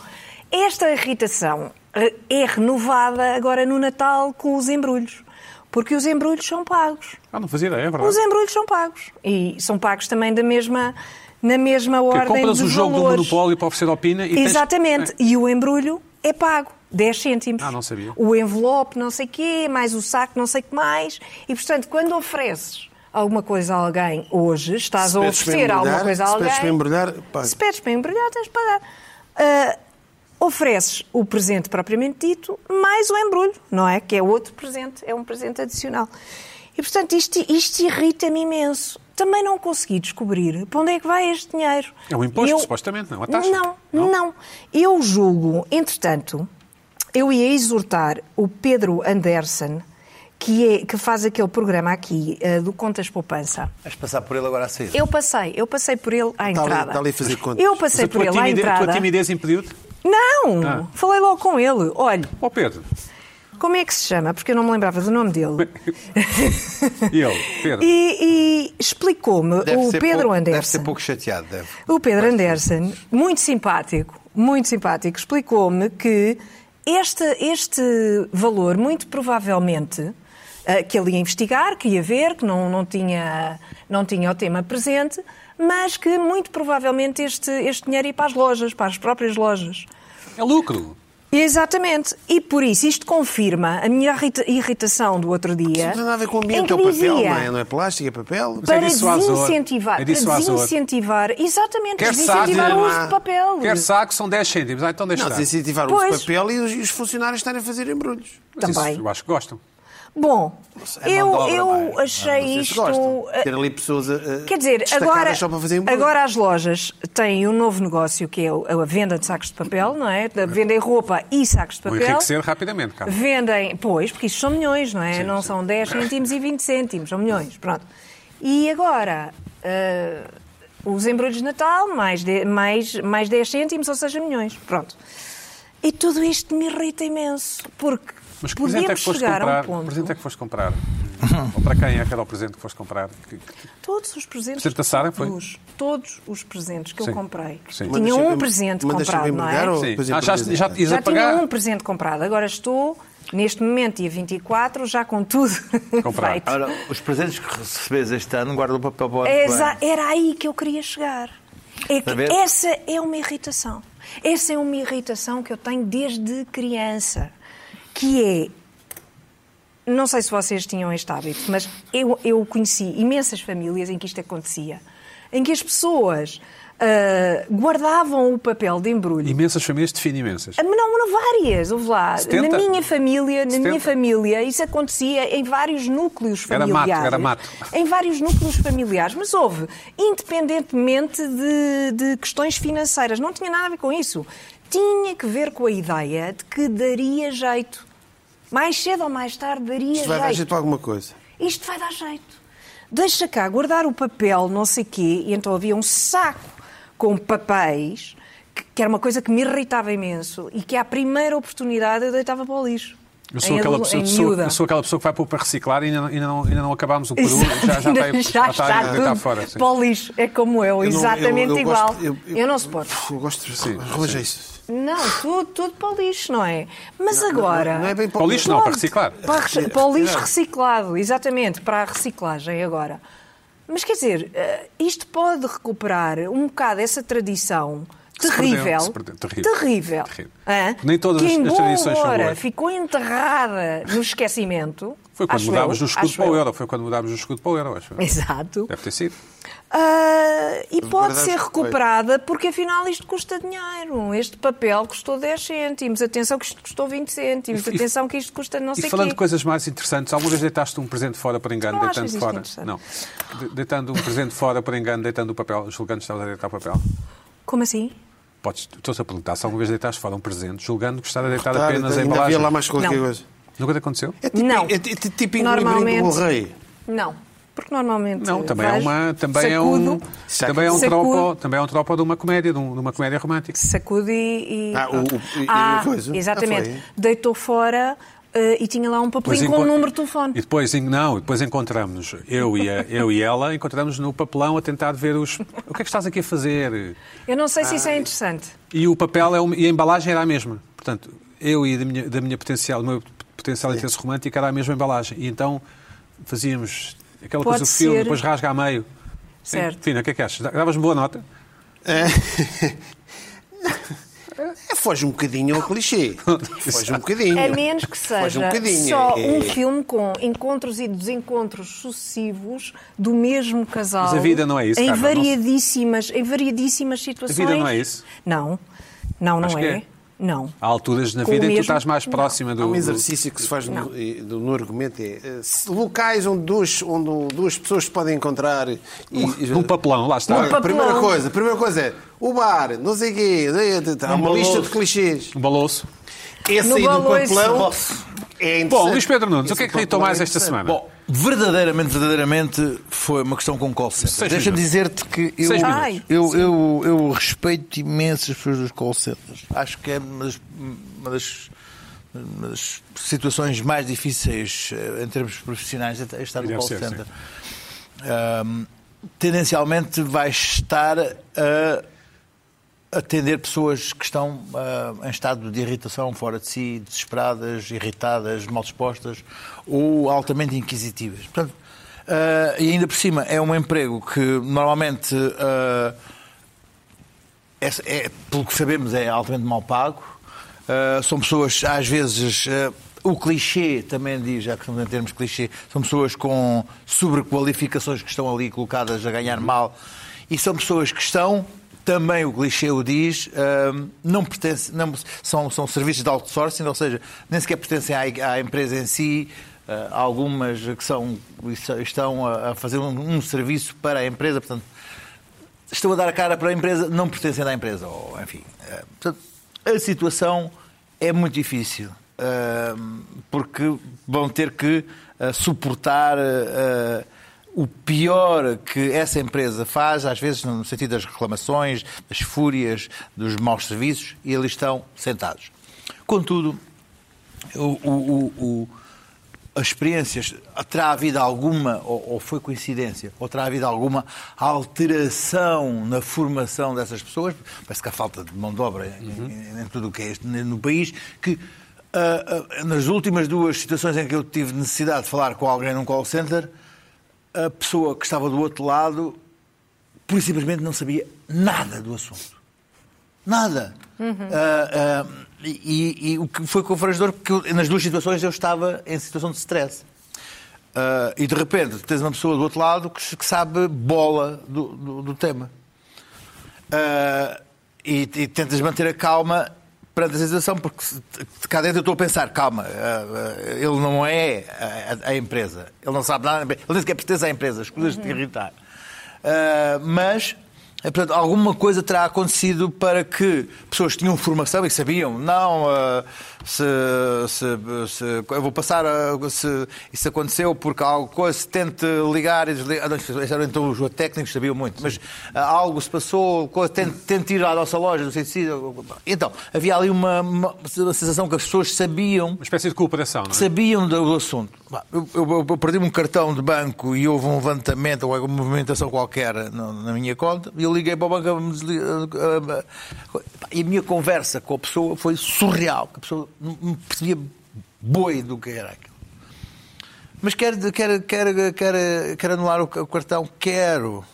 [SPEAKER 3] esta irritação eh, é renovada agora no Natal com os embrulhos, porque os embrulhos são pagos.
[SPEAKER 1] Ah, não fazia ideia, é verdade.
[SPEAKER 3] Os embrulhos são pagos e são pagos também da mesma, na mesma
[SPEAKER 1] Porque
[SPEAKER 3] ordem
[SPEAKER 1] compras o
[SPEAKER 3] dos
[SPEAKER 1] jogo do
[SPEAKER 3] valores.
[SPEAKER 1] Monopólio para oferecer opina e tens-
[SPEAKER 3] Exatamente. E o embrulho é pago. 10 cêntimos.
[SPEAKER 1] Ah, não sabia.
[SPEAKER 3] O envelope, não sei quê, mais o saco, não sei que mais. E, portanto, quando ofereces alguma coisa a alguém hoje, estás
[SPEAKER 2] Se
[SPEAKER 3] a
[SPEAKER 2] pedes para
[SPEAKER 3] oferecer alguma
[SPEAKER 2] embrulhar,
[SPEAKER 3] coisa a
[SPEAKER 2] se
[SPEAKER 3] alguém...
[SPEAKER 2] pedes para embrulhar, paga.
[SPEAKER 3] Se pedes para embrulhar, tens de pagar. Ah, ofereces o presente propriamente dito, mais o embrulho, não é? Que é outro presente, é um presente adicional. E, portanto, isto, isto irrita-me imenso. Também não consegui descobrir para onde é que vai este dinheiro.
[SPEAKER 1] É um imposto,
[SPEAKER 3] Eu-
[SPEAKER 1] supostamente, não? A taxa?
[SPEAKER 3] Não, não, Eu julgo, entretanto, eu ia exortar o Pedro Anderson, que, é- que faz aquele programa aqui eh, do Contas Poupança.
[SPEAKER 4] Vais passar por ele agora à saída.
[SPEAKER 3] Eu passei, eu passei por ele à
[SPEAKER 2] Está ali-
[SPEAKER 3] entrada.
[SPEAKER 2] está ali a fazer contas.
[SPEAKER 3] Eu
[SPEAKER 1] Mas
[SPEAKER 3] passei
[SPEAKER 1] a
[SPEAKER 3] por
[SPEAKER 1] tua
[SPEAKER 3] ele à
[SPEAKER 1] timidez, a
[SPEAKER 3] entrada.
[SPEAKER 1] tua timidez impediu-te?
[SPEAKER 3] Não!
[SPEAKER 1] Ah.
[SPEAKER 3] Falei logo com ele. Olha,
[SPEAKER 1] Ó Pedro.
[SPEAKER 3] como é que se chama? Porque eu não me lembrava do nome dele.
[SPEAKER 1] E ele, Pedro.
[SPEAKER 3] E, e explicou-me
[SPEAKER 4] Deve
[SPEAKER 3] o
[SPEAKER 4] ser
[SPEAKER 3] Pedro
[SPEAKER 4] pouco- Deve
[SPEAKER 3] Anderson.
[SPEAKER 4] ser pouco chateado, deve.
[SPEAKER 3] O Pedro Anderson, muito simpático, muito simpático, explicou-me que este, este valor, muito provavelmente, ah, que ele ia investigar, que ia ver, que não, não, tinha, não tinha o tema presente, mas que muito provavelmente este, este dinheiro ia para as lojas, para as próprias lojas.
[SPEAKER 1] É lucro.
[SPEAKER 3] Exatamente. E por isso, isto confirma a minha irrita- irritação do outro dia.
[SPEAKER 2] Não tem nada a ver com o
[SPEAKER 3] em
[SPEAKER 2] ambiente,
[SPEAKER 3] que
[SPEAKER 2] é o papel,
[SPEAKER 3] dizia,
[SPEAKER 2] não é? Não é plástico, é papel.
[SPEAKER 1] é
[SPEAKER 3] Para
[SPEAKER 1] dissuasor.
[SPEAKER 3] desincentivar,
[SPEAKER 1] É
[SPEAKER 3] para
[SPEAKER 1] dissuasor.
[SPEAKER 3] desincentivar, exatamente,
[SPEAKER 1] Quer
[SPEAKER 3] desincentivar
[SPEAKER 1] saco,
[SPEAKER 3] o
[SPEAKER 1] não
[SPEAKER 3] uso
[SPEAKER 2] há-
[SPEAKER 3] de papel.
[SPEAKER 1] Quer saco, são 10 cêntimos. Ah, então deixa
[SPEAKER 2] Não,
[SPEAKER 1] estar.
[SPEAKER 2] desincentivar o
[SPEAKER 3] Pois.
[SPEAKER 2] uso de papel e os, e os funcionários estarem a fazer embrulhos.
[SPEAKER 1] Mas isso
[SPEAKER 3] Também.
[SPEAKER 1] Eu acho que gostam.
[SPEAKER 3] Bom,
[SPEAKER 2] É
[SPEAKER 3] eu,
[SPEAKER 2] mão de obra,
[SPEAKER 3] eu
[SPEAKER 2] vai.
[SPEAKER 3] achei
[SPEAKER 2] Não sei se
[SPEAKER 3] isto.
[SPEAKER 2] gostam.
[SPEAKER 3] eh,
[SPEAKER 2] Ter ali pessoas a- a-
[SPEAKER 3] Quer dizer,
[SPEAKER 2] destacadas
[SPEAKER 3] agora,
[SPEAKER 2] só para fazer um embrulhos.
[SPEAKER 3] agora as lojas têm um novo negócio que é a venda de sacos de papel, não é? Vendem roupa e sacos de
[SPEAKER 1] Vou
[SPEAKER 2] é
[SPEAKER 3] papel.
[SPEAKER 1] enriquecer rapidamente, cara.
[SPEAKER 3] Vendem, pois, porque isto são milhões, não é? não são 10 cêntimos e 20 cêntimos, são milhões, pronto. E agora, eh, os embrulhos de Natal, mais, de, mais, mais 10 cêntimos, ou seja, milhões, pronto. E tudo isto me irrita imenso, porque
[SPEAKER 1] Mas que presente é
[SPEAKER 3] podíamos
[SPEAKER 1] que foste
[SPEAKER 3] chegar a
[SPEAKER 1] comprar?
[SPEAKER 3] um ponto...
[SPEAKER 1] Que presente é que foste comprar? Ou para quem é que era o presente que foste comprar? Que- que-
[SPEAKER 3] Todos os presentes.
[SPEAKER 1] Presente da Sara, foi?
[SPEAKER 3] Todos, todos os presentes que
[SPEAKER 1] Sim.
[SPEAKER 3] eu comprei.
[SPEAKER 1] Sim.
[SPEAKER 2] Mas
[SPEAKER 3] Tinha
[SPEAKER 2] deixa-me-
[SPEAKER 3] um presente
[SPEAKER 2] mas deixa-me
[SPEAKER 3] comprado, não é?
[SPEAKER 2] embrulhar ou
[SPEAKER 1] Sim.
[SPEAKER 2] depois
[SPEAKER 1] Ah, já,
[SPEAKER 2] improvisar?
[SPEAKER 1] já, ias
[SPEAKER 3] Já
[SPEAKER 1] a pagar?
[SPEAKER 3] tinha um presente comprado. Agora estou, neste momento, dia 24, já com tudo
[SPEAKER 1] Comprado.
[SPEAKER 3] feito.
[SPEAKER 4] Ora, os presentes que recebes este ano guardam o papel para o ano
[SPEAKER 3] É
[SPEAKER 4] que vem.
[SPEAKER 3] exa- Era aí que eu queria chegar. É que
[SPEAKER 4] Está a ver?
[SPEAKER 3] essa é uma irritação. Essa é uma irritação que eu tenho desde criança. Que é. Não sei se vocês tinham este hábito, mas eu, eu conheci imensas famílias em que isto acontecia. Em que as pessoas ah, guardavam o papel de embrulho.
[SPEAKER 1] Imensas famílias definem imensas.
[SPEAKER 3] Ah, mas Não, não, várias, houve lá.
[SPEAKER 1] 70?
[SPEAKER 3] Na minha família, na
[SPEAKER 1] 70?
[SPEAKER 3] minha família, isso acontecia em vários núcleos
[SPEAKER 1] Era mato,
[SPEAKER 3] familiares.
[SPEAKER 1] era mato.
[SPEAKER 3] Em vários núcleos familiares, mas houve, independentemente de, de questões financeiras, não tinha nada a ver com isso. Tinha que ver com a ideia de que daria jeito. Mais cedo ou mais tarde daria
[SPEAKER 2] Isto vai dar
[SPEAKER 3] jeito
[SPEAKER 2] jeito para alguma coisa.
[SPEAKER 3] isto vai dar jeito. Deixa cá guardar o papel, não sei quê, e então havia um saco com papéis, que, que era uma coisa que me irritava imenso, e que à primeira oportunidade eu deitava para o lixo.
[SPEAKER 1] Eu sou,
[SPEAKER 3] Em
[SPEAKER 1] aquela
[SPEAKER 3] adu-
[SPEAKER 1] pessoa,
[SPEAKER 3] em
[SPEAKER 1] que- sou-
[SPEAKER 3] miúda.
[SPEAKER 1] eu sou aquela pessoa que vai pôr para reciclar e ainda não, ainda não, ainda não acabámos o peru,
[SPEAKER 3] Exato,
[SPEAKER 1] já, já,
[SPEAKER 3] ainda-
[SPEAKER 1] está,
[SPEAKER 3] já
[SPEAKER 1] já está a
[SPEAKER 3] está
[SPEAKER 1] deitar
[SPEAKER 3] tudo
[SPEAKER 1] fora. sim.
[SPEAKER 3] para o lixo. É como eu,
[SPEAKER 2] Eu não-
[SPEAKER 3] exatamente
[SPEAKER 2] eu- eu
[SPEAKER 3] igual.
[SPEAKER 2] gosto-
[SPEAKER 3] eu, não suporto.
[SPEAKER 2] Eu gosto de.
[SPEAKER 1] Sim,
[SPEAKER 2] Reveja
[SPEAKER 1] sim.
[SPEAKER 2] isso.
[SPEAKER 3] Não, tudo, tudo para o lixo, não é? Mas agora.
[SPEAKER 2] Não é bem
[SPEAKER 1] Para o lixo não, para
[SPEAKER 3] Pronto,
[SPEAKER 1] reciclar.
[SPEAKER 3] Para, rec- para o lixo reciclado, exatamente, para a reciclagem agora. Mas quer dizer, eh, isto pode recuperar um bocado essa tradição
[SPEAKER 1] se perdeu,
[SPEAKER 3] terrível.
[SPEAKER 1] se perdeu, terrível.
[SPEAKER 3] terrível,
[SPEAKER 1] Terrível.
[SPEAKER 3] hã?
[SPEAKER 1] Nem todas
[SPEAKER 3] que
[SPEAKER 1] as-
[SPEAKER 3] em
[SPEAKER 1] as
[SPEAKER 3] boa
[SPEAKER 1] tradições são
[SPEAKER 3] hora
[SPEAKER 1] boas.
[SPEAKER 3] ficou enterrada no esquecimento.
[SPEAKER 1] Foi quando
[SPEAKER 3] acho
[SPEAKER 1] mudámos
[SPEAKER 3] eu,
[SPEAKER 1] do escudo
[SPEAKER 3] acho
[SPEAKER 1] para o
[SPEAKER 3] eu.
[SPEAKER 1] euro. Foi quando mudámos do escudo para o euro, acho.
[SPEAKER 3] Exato.
[SPEAKER 1] Deve ter sido.
[SPEAKER 3] Ah, e pode
[SPEAKER 2] guardados
[SPEAKER 3] ser
[SPEAKER 2] que foi.
[SPEAKER 3] recuperada porque afinal isto custa dinheiro. Este papel custou 10 cêntimos, atenção que isto custou 20 cêntimos,
[SPEAKER 1] E- e-
[SPEAKER 3] atenção que isto custa não
[SPEAKER 1] E
[SPEAKER 3] sei
[SPEAKER 1] falando
[SPEAKER 3] quê.
[SPEAKER 1] de coisas mais interessantes, alguma vez deitaste um presente fora por engano,
[SPEAKER 3] Não achas
[SPEAKER 1] deitando
[SPEAKER 3] isto
[SPEAKER 1] fora?
[SPEAKER 3] interessante?
[SPEAKER 1] Não. De- Deitando um presente fora por engano, deitando o papel, julgando que estavas a deitar papel.
[SPEAKER 3] Como assim?
[SPEAKER 1] Podes, estou-te a perguntar se alguma vez deitaste fora um presente, julgando que estava a deitar
[SPEAKER 2] Tá,
[SPEAKER 1] apenas a
[SPEAKER 2] ainda havia
[SPEAKER 1] embalagem.
[SPEAKER 2] lá mais qualquer
[SPEAKER 3] Não.
[SPEAKER 2] coisa.
[SPEAKER 1] Nunca te aconteceu?
[SPEAKER 2] É tipo,
[SPEAKER 3] Não.
[SPEAKER 2] é, é tipo
[SPEAKER 3] Normalmente-
[SPEAKER 2] Normalmente... do rei.
[SPEAKER 3] Não. Porque normalmente.
[SPEAKER 1] Não, também é
[SPEAKER 3] vejo,
[SPEAKER 1] uma. Também é
[SPEAKER 3] sacudo,
[SPEAKER 1] um. Também é um
[SPEAKER 3] Sacudo.
[SPEAKER 1] tropo, também é um tropo de uma comédia, de um- de uma comédia romântica.
[SPEAKER 3] Sacude e. e-
[SPEAKER 2] Ah, o- o- e- e
[SPEAKER 3] Ah,
[SPEAKER 2] a coisa?
[SPEAKER 3] Exatamente.
[SPEAKER 2] Ah, foi.
[SPEAKER 3] Deitou fora eh, e tinha lá um papelinho com
[SPEAKER 1] enco-
[SPEAKER 3] um número de telefone.
[SPEAKER 1] E depois, en- não, depois encontramos eu e, a- eu e ela, encontramos no papelão a tentar ver os. O que é que estás aqui a fazer?
[SPEAKER 3] Eu não sei
[SPEAKER 2] Ah,
[SPEAKER 3] se isso é interessante.
[SPEAKER 1] E o papel é um- e a embalagem era a mesma. Portanto, eu e da minha, da minha potencial, do meu potencial interesse romântico era a mesma embalagem. E então fazíamos aquela
[SPEAKER 3] Pode
[SPEAKER 1] coisa do filme,
[SPEAKER 3] ser.
[SPEAKER 1] depois rasga a meio.
[SPEAKER 3] Certo.
[SPEAKER 1] Enfim, o que é que achas? Davas-me boa nota?
[SPEAKER 2] É, foge um bocadinho ao clichê. Foge um bocadinho.
[SPEAKER 3] A menos que
[SPEAKER 2] Foge um
[SPEAKER 3] seja
[SPEAKER 2] bocadinho.
[SPEAKER 3] só
[SPEAKER 2] É.
[SPEAKER 3] um filme com encontros e desencontros sucessivos do mesmo casal.
[SPEAKER 1] Mas a vida não é isso,
[SPEAKER 3] Em
[SPEAKER 1] Carla, não se-
[SPEAKER 3] variadíssimas, em variadíssimas situações.
[SPEAKER 1] não é isso?
[SPEAKER 3] Não. Não, não
[SPEAKER 1] Acho que
[SPEAKER 3] é.
[SPEAKER 1] é.
[SPEAKER 3] Não.
[SPEAKER 1] Há alturas na
[SPEAKER 3] Com o
[SPEAKER 1] vida em que tu
[SPEAKER 3] mesmo-
[SPEAKER 1] estás mais próxima do.
[SPEAKER 2] Há um
[SPEAKER 1] do-
[SPEAKER 2] exercício que se faz no, eh, do- no argumento é eh, se- locais onde duas, onde duas pessoas se podem encontrar. E, e-
[SPEAKER 1] Num um papelão, lá está.
[SPEAKER 2] Olha,
[SPEAKER 3] papelão.
[SPEAKER 2] Primeira coisa, primeira coisa é o bar, não sei o quê, daí, tá, tá, há uma
[SPEAKER 4] balouço.
[SPEAKER 2] lista de clichês.
[SPEAKER 1] Um balouço.
[SPEAKER 2] Esse
[SPEAKER 3] No
[SPEAKER 2] aí do
[SPEAKER 3] balouço.
[SPEAKER 2] papelão
[SPEAKER 4] Balouço.
[SPEAKER 2] é interessante.
[SPEAKER 1] Bom, Luís Pedro Nunes,
[SPEAKER 2] Esse
[SPEAKER 1] o que é que
[SPEAKER 2] do
[SPEAKER 1] irritou
[SPEAKER 2] papelão
[SPEAKER 1] mais
[SPEAKER 2] é
[SPEAKER 1] esta
[SPEAKER 2] interessante.
[SPEAKER 1] semana?
[SPEAKER 4] Bom, verdadeiramente, verdadeiramente foi uma questão com call center.
[SPEAKER 1] Seis
[SPEAKER 4] Deixa-me
[SPEAKER 1] minutos.
[SPEAKER 4] dizer-te que eu,
[SPEAKER 1] Seis
[SPEAKER 3] minutos. Ai,
[SPEAKER 4] eu, eu, eu respeito imenso as pessoas dos call centers. Acho que é uma das, uma das- uma das situações mais difíceis eh, em termos profissionais é estar no
[SPEAKER 1] Deve
[SPEAKER 4] call
[SPEAKER 1] ser,
[SPEAKER 4] center. Ahm, tendencialmente vai estar a atender pessoas que estão ah, em estado de irritação, fora de si, desesperadas, irritadas, mal dispostas ou altamente inquisitivas. Portanto, ah, e ainda por cima, é um emprego que normalmente, ah, é, é, pelo que sabemos, é altamente mal pago. Ah, são pessoas, às vezes, ah, o clichê também diz, já que estamos em termos de clichê, são pessoas com sobrequalificações que estão ali colocadas a ganhar mal. E são pessoas que estão, também o clichê o diz, ahm, não pertence, não, são, são serviços de outsourcing, ou seja, nem sequer pertencem à, à empresa em si. Ah, há algumas que são, estão a, a fazer um- um serviço para a empresa, portanto, estão a dar a cara para a empresa, não pertencem à empresa, ou enfim. Eh, Portanto, a situação é muito difícil, eh, porque vão ter que eh, suportar eh, o pior que essa empresa faz, às vezes no sentido das reclamações, das fúrias, dos maus serviços, e eles estão sentados. Contudo, o, o- o- o- as experiências, terá havido alguma, ou, ou foi coincidência, ou terá havido alguma alteração na formação dessas pessoas? Parece que há falta de mão de obra em- em, em tudo o que é este no país, que ah, ah, nas últimas duas situações em que eu tive necessidade de falar com alguém num call center, a pessoa que estava do outro lado pura e simplesmente não sabia nada do assunto. Nada. Ah, ah, e, e o que foi confrangedor, porque eu, nas duas situações eu estava em situação de stress. Ah, e de repente tens uma pessoa do outro lado que, que sabe bola do, do- do tema. Ah, e, e tentas manter a calma perante a situação, porque se- de cá dentro eu estou a pensar, calma, ah, ah, ele não é a, a- a empresa, ele não sabe nada, da empresa, ele nem sequer pertence à empresa, escusas de te irritar. Ah, mas, eh, portanto, alguma coisa terá acontecido para que pessoas que tinham formação e que sabiam, não, ah, se, se- se- eu vou passar, a- se isso aconteceu porque há algo coisa, se tente ligar e desligar, Ah, não, isso era então os técnicos sabiam muito, mas ah, algo se passou, coisa, tente, tente ir à nossa loja, não sei se... Então, havia ali uma, uma- uma sensação que as pessoas sabiam
[SPEAKER 1] Uma espécie de cooperação, não é?
[SPEAKER 4] sabiam do do assunto. Bah, Eu, eu- eu perdi um cartão de banco e houve um levantamento ou alguma movimentação qualquer na, na minha conta e eu liguei para o banco a me desli- a- a- a- e a minha conversa com a pessoa foi surreal. que A pessoa não não percebia boi do que era aquilo. Mas quer, quer, quer, quer, quer anular o ca- o cartão? Quero.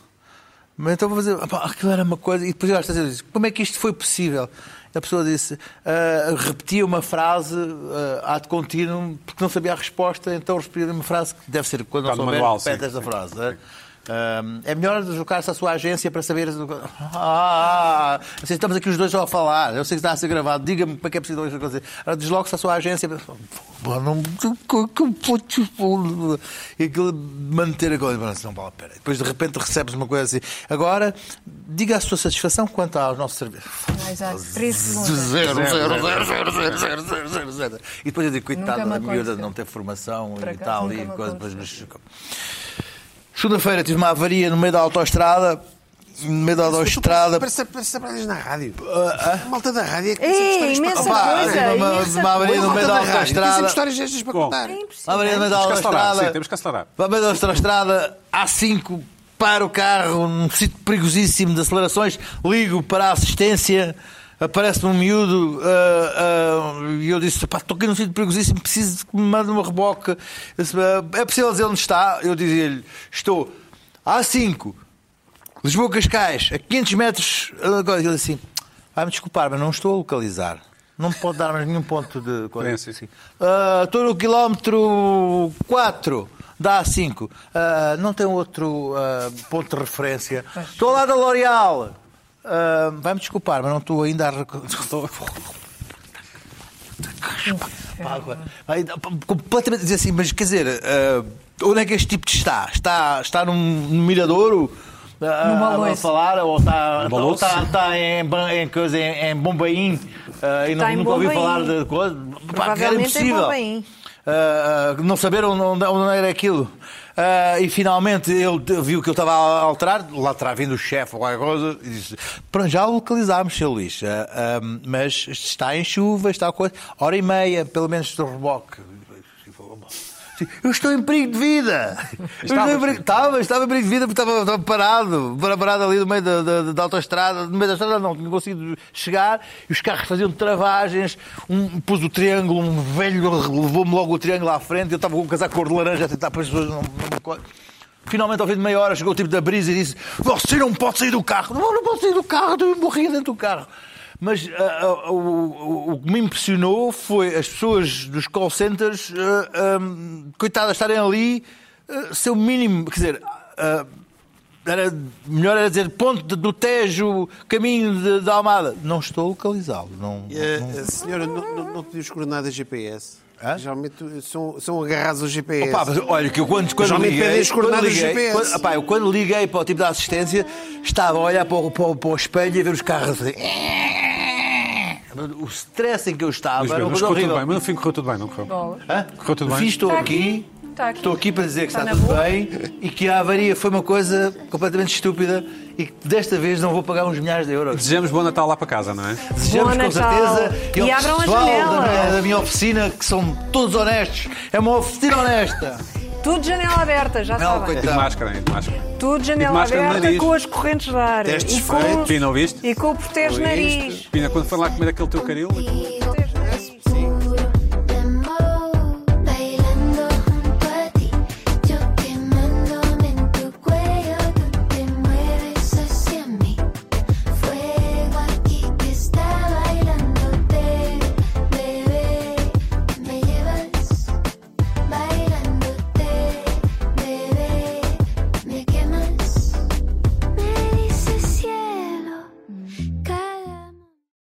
[SPEAKER 4] Mas então vou fazer. Ah, pá, aquilo era uma coisa. E depois eu às vezes disse: como é que isto foi possível? E a pessoa disse: ah, repetia uma frase ah, ad contínuo, porque não sabia a resposta, então repetia uma frase que deve ser quando
[SPEAKER 1] Está
[SPEAKER 4] não
[SPEAKER 1] no
[SPEAKER 4] souber,
[SPEAKER 1] manual,
[SPEAKER 4] repete
[SPEAKER 1] sim,
[SPEAKER 4] esta
[SPEAKER 1] sim.
[SPEAKER 4] frase. é? Ah, é melhor deslocar-se à sua agência para saber. Ah, ah, ah, assim, estamos aqui os dois só a falar. Eu sei que está a ser gravado. Diga-me para que é preciso isso acontecer. Ah, Desloque-se à sua agência. Pô, não- E aquilo de manter a coisa. Não, Não vale a pena. Depois de repente recebes uma coisa assim. Agora, diga a sua satisfação quanto aos nossos serviços.
[SPEAKER 3] Ah, exato. Três
[SPEAKER 4] Zero,
[SPEAKER 3] segundos.
[SPEAKER 4] zero, zero, zero, zero, zero, zero, zero, zero. E depois eu digo,
[SPEAKER 3] Nunca
[SPEAKER 4] coitada
[SPEAKER 3] me
[SPEAKER 4] da miúda
[SPEAKER 3] aconteceu.
[SPEAKER 4] de não ter formação
[SPEAKER 3] Por
[SPEAKER 4] e
[SPEAKER 3] acaso,
[SPEAKER 4] tal.
[SPEAKER 3] nunca
[SPEAKER 4] E
[SPEAKER 3] me
[SPEAKER 4] coisa, depois, mas... Segunda-feira tive uma avaria no meio da autoestrada. No meio da autoestrada.
[SPEAKER 2] Parece, parece trabalhas na rádio.
[SPEAKER 4] Uh,
[SPEAKER 2] a malta da rádio é que
[SPEAKER 3] Ei,
[SPEAKER 2] tem sempre
[SPEAKER 3] imensa
[SPEAKER 2] histórias
[SPEAKER 3] Opa,
[SPEAKER 2] para
[SPEAKER 3] coisa.
[SPEAKER 2] contar.
[SPEAKER 4] tive uma,
[SPEAKER 3] isso.
[SPEAKER 4] é uma avaria
[SPEAKER 2] A
[SPEAKER 4] no
[SPEAKER 2] malta
[SPEAKER 4] meio da
[SPEAKER 2] da rádio tem sempre
[SPEAKER 4] autoestrada.
[SPEAKER 2] histórias estas para
[SPEAKER 1] Bom.
[SPEAKER 2] contar.
[SPEAKER 3] É
[SPEAKER 4] Lá Maria
[SPEAKER 3] impressionante.
[SPEAKER 4] Nadal
[SPEAKER 1] Temos que
[SPEAKER 4] da
[SPEAKER 1] acelerar,
[SPEAKER 4] estrada.
[SPEAKER 1] sim, temos que acelerar.
[SPEAKER 2] Ah,
[SPEAKER 4] Lá Maria Nadal da estrada, A5, para o carro, num sítio perigosíssimo de acelerações, ligo para a assistência, aparece-me um miúdo ah, ah, e eu disse, pá, estou aqui num sítio perigosíssimo, preciso que me mande uma reboca. É possível dizer onde está? Eu dizia-lhe, estou A5, Lisboa Cascais, a 500 metros. Agora ele assim, vai-me desculpar, mas não estou a localizar. Não me pode dar mais nenhum ponto de. coisa."
[SPEAKER 1] Referência.
[SPEAKER 4] Assim, "Ah, Estou no quilómetro 4 da A5. Ah, não tem outro ah, ponto de referência. Estou lá da L'Oreal. Ah, vai-me desculpar, mas não estou ainda a. reco- Pá, agora, aí, pá, completamente dizer assim, mas quer dizer, ah, onde é que este tipo está? Está, está num, num miradouro? ah,
[SPEAKER 3] Numa
[SPEAKER 4] a- a
[SPEAKER 3] louça.
[SPEAKER 4] falar, ou está,
[SPEAKER 1] Numa
[SPEAKER 4] ou está,
[SPEAKER 1] louça?
[SPEAKER 4] está em, ba- em, coisa, em, em Bombaim ah, e não,
[SPEAKER 3] Está em
[SPEAKER 4] nunca ouvi
[SPEAKER 3] Bombaim.
[SPEAKER 4] falar de coisa. Pá, que era
[SPEAKER 3] Provavelmente em
[SPEAKER 4] impossível.
[SPEAKER 3] Bombaim.
[SPEAKER 4] Ah, ah, não saberam onde, onde era aquilo. Ah, e finalmente ele de- viu que eu estava a alterar, lá terá vindo o chefe ou qualquer coisa, e disse: Pronto, já localizámos, seu Luís, ah, ah, mas está em chuva, está coisa, hora e meia, pelo menos do reboque. um Eu estou em perigo de vida! Eu estou em perigo- Estava, estava em perigo de vida porque estava, estava parado, para- parado ali no meio da, da, da autoestrada, no meio da estrada não, tinha conseguido chegar, e os carros faziam travagens, um pus o triângulo, um velho levou-me logo o triângulo à frente, eu estava com um casaco cor de laranja a tentar para as pessoas não, não me co- Finalmente, ao fim de meia hora, chegou o tipo da brisa e disse: Você não pode sair do carro! Não, não posso sair do carro, eu morria dentro do carro. Mas ah, ah, o, o- o que me impressionou foi as pessoas dos call centers, ah, ah, coitadas, estarem ali, ah, seu mínimo. Quer dizer, ah, era, melhor era dizer ponto de- do Tejo, caminho de- da Almada. Não estou localizado. Não,
[SPEAKER 2] E a, a Eh, senhora não, não, não te diz coordenadas GPS?
[SPEAKER 4] Hã?
[SPEAKER 2] Geralmente são, são agarrados ao GPS.
[SPEAKER 4] Opa, mas olha, que eu quando, quando
[SPEAKER 2] Geralmente pedem
[SPEAKER 4] liguei,
[SPEAKER 2] as coordenadas
[SPEAKER 4] quando liguei,
[SPEAKER 2] GPS.
[SPEAKER 4] quando, opá, eu quando liguei para o tipo da assistência, estava a olhar para o, para o- para o espelho e a ver os carros a fazer. O stress em que eu estava
[SPEAKER 1] Luís
[SPEAKER 4] era
[SPEAKER 1] Pedro,
[SPEAKER 4] uma
[SPEAKER 1] mas correu
[SPEAKER 4] coisa
[SPEAKER 1] tudo
[SPEAKER 4] horrível.
[SPEAKER 1] bem, mas no fim correu tudo bem, não correu?
[SPEAKER 3] Bola.
[SPEAKER 4] Hã?
[SPEAKER 1] Correu tudo bem?
[SPEAKER 4] Fiz, estou
[SPEAKER 3] Está
[SPEAKER 4] aqui,
[SPEAKER 3] Está Tá aqui.
[SPEAKER 4] Estou aqui para dizer que
[SPEAKER 3] Está
[SPEAKER 4] está,
[SPEAKER 3] na
[SPEAKER 4] tudo
[SPEAKER 3] boa.
[SPEAKER 4] bem e que a avaria foi uma coisa completamente estúpida e que desta vez não vou pagar uns milhares de euros.
[SPEAKER 1] Desejamos bom Natal lá para casa, não é?
[SPEAKER 4] Desejamos
[SPEAKER 3] Bom
[SPEAKER 4] com
[SPEAKER 3] Natal.
[SPEAKER 4] certeza
[SPEAKER 3] E
[SPEAKER 4] ao
[SPEAKER 3] abram as
[SPEAKER 4] pessoal da
[SPEAKER 3] janelas.
[SPEAKER 4] minha, da minha oficina, que são todos honestos. É uma oficina honesta.
[SPEAKER 3] Tudo janela aberta, já
[SPEAKER 4] Não,
[SPEAKER 3] sabem.
[SPEAKER 1] E de
[SPEAKER 2] Tá.
[SPEAKER 4] Então.
[SPEAKER 1] máscara, e de máscara.
[SPEAKER 3] Tudo
[SPEAKER 1] E de
[SPEAKER 3] janela
[SPEAKER 1] máscara no
[SPEAKER 3] aberta
[SPEAKER 1] nariz.
[SPEAKER 3] com as correntes de ar.
[SPEAKER 2] Testes
[SPEAKER 3] e com,
[SPEAKER 2] feitos.
[SPEAKER 1] Pina, ouviste?
[SPEAKER 3] E com o protege nariz.
[SPEAKER 1] Pina, quando for lá comer aquele teu caril,
[SPEAKER 5] Thank you.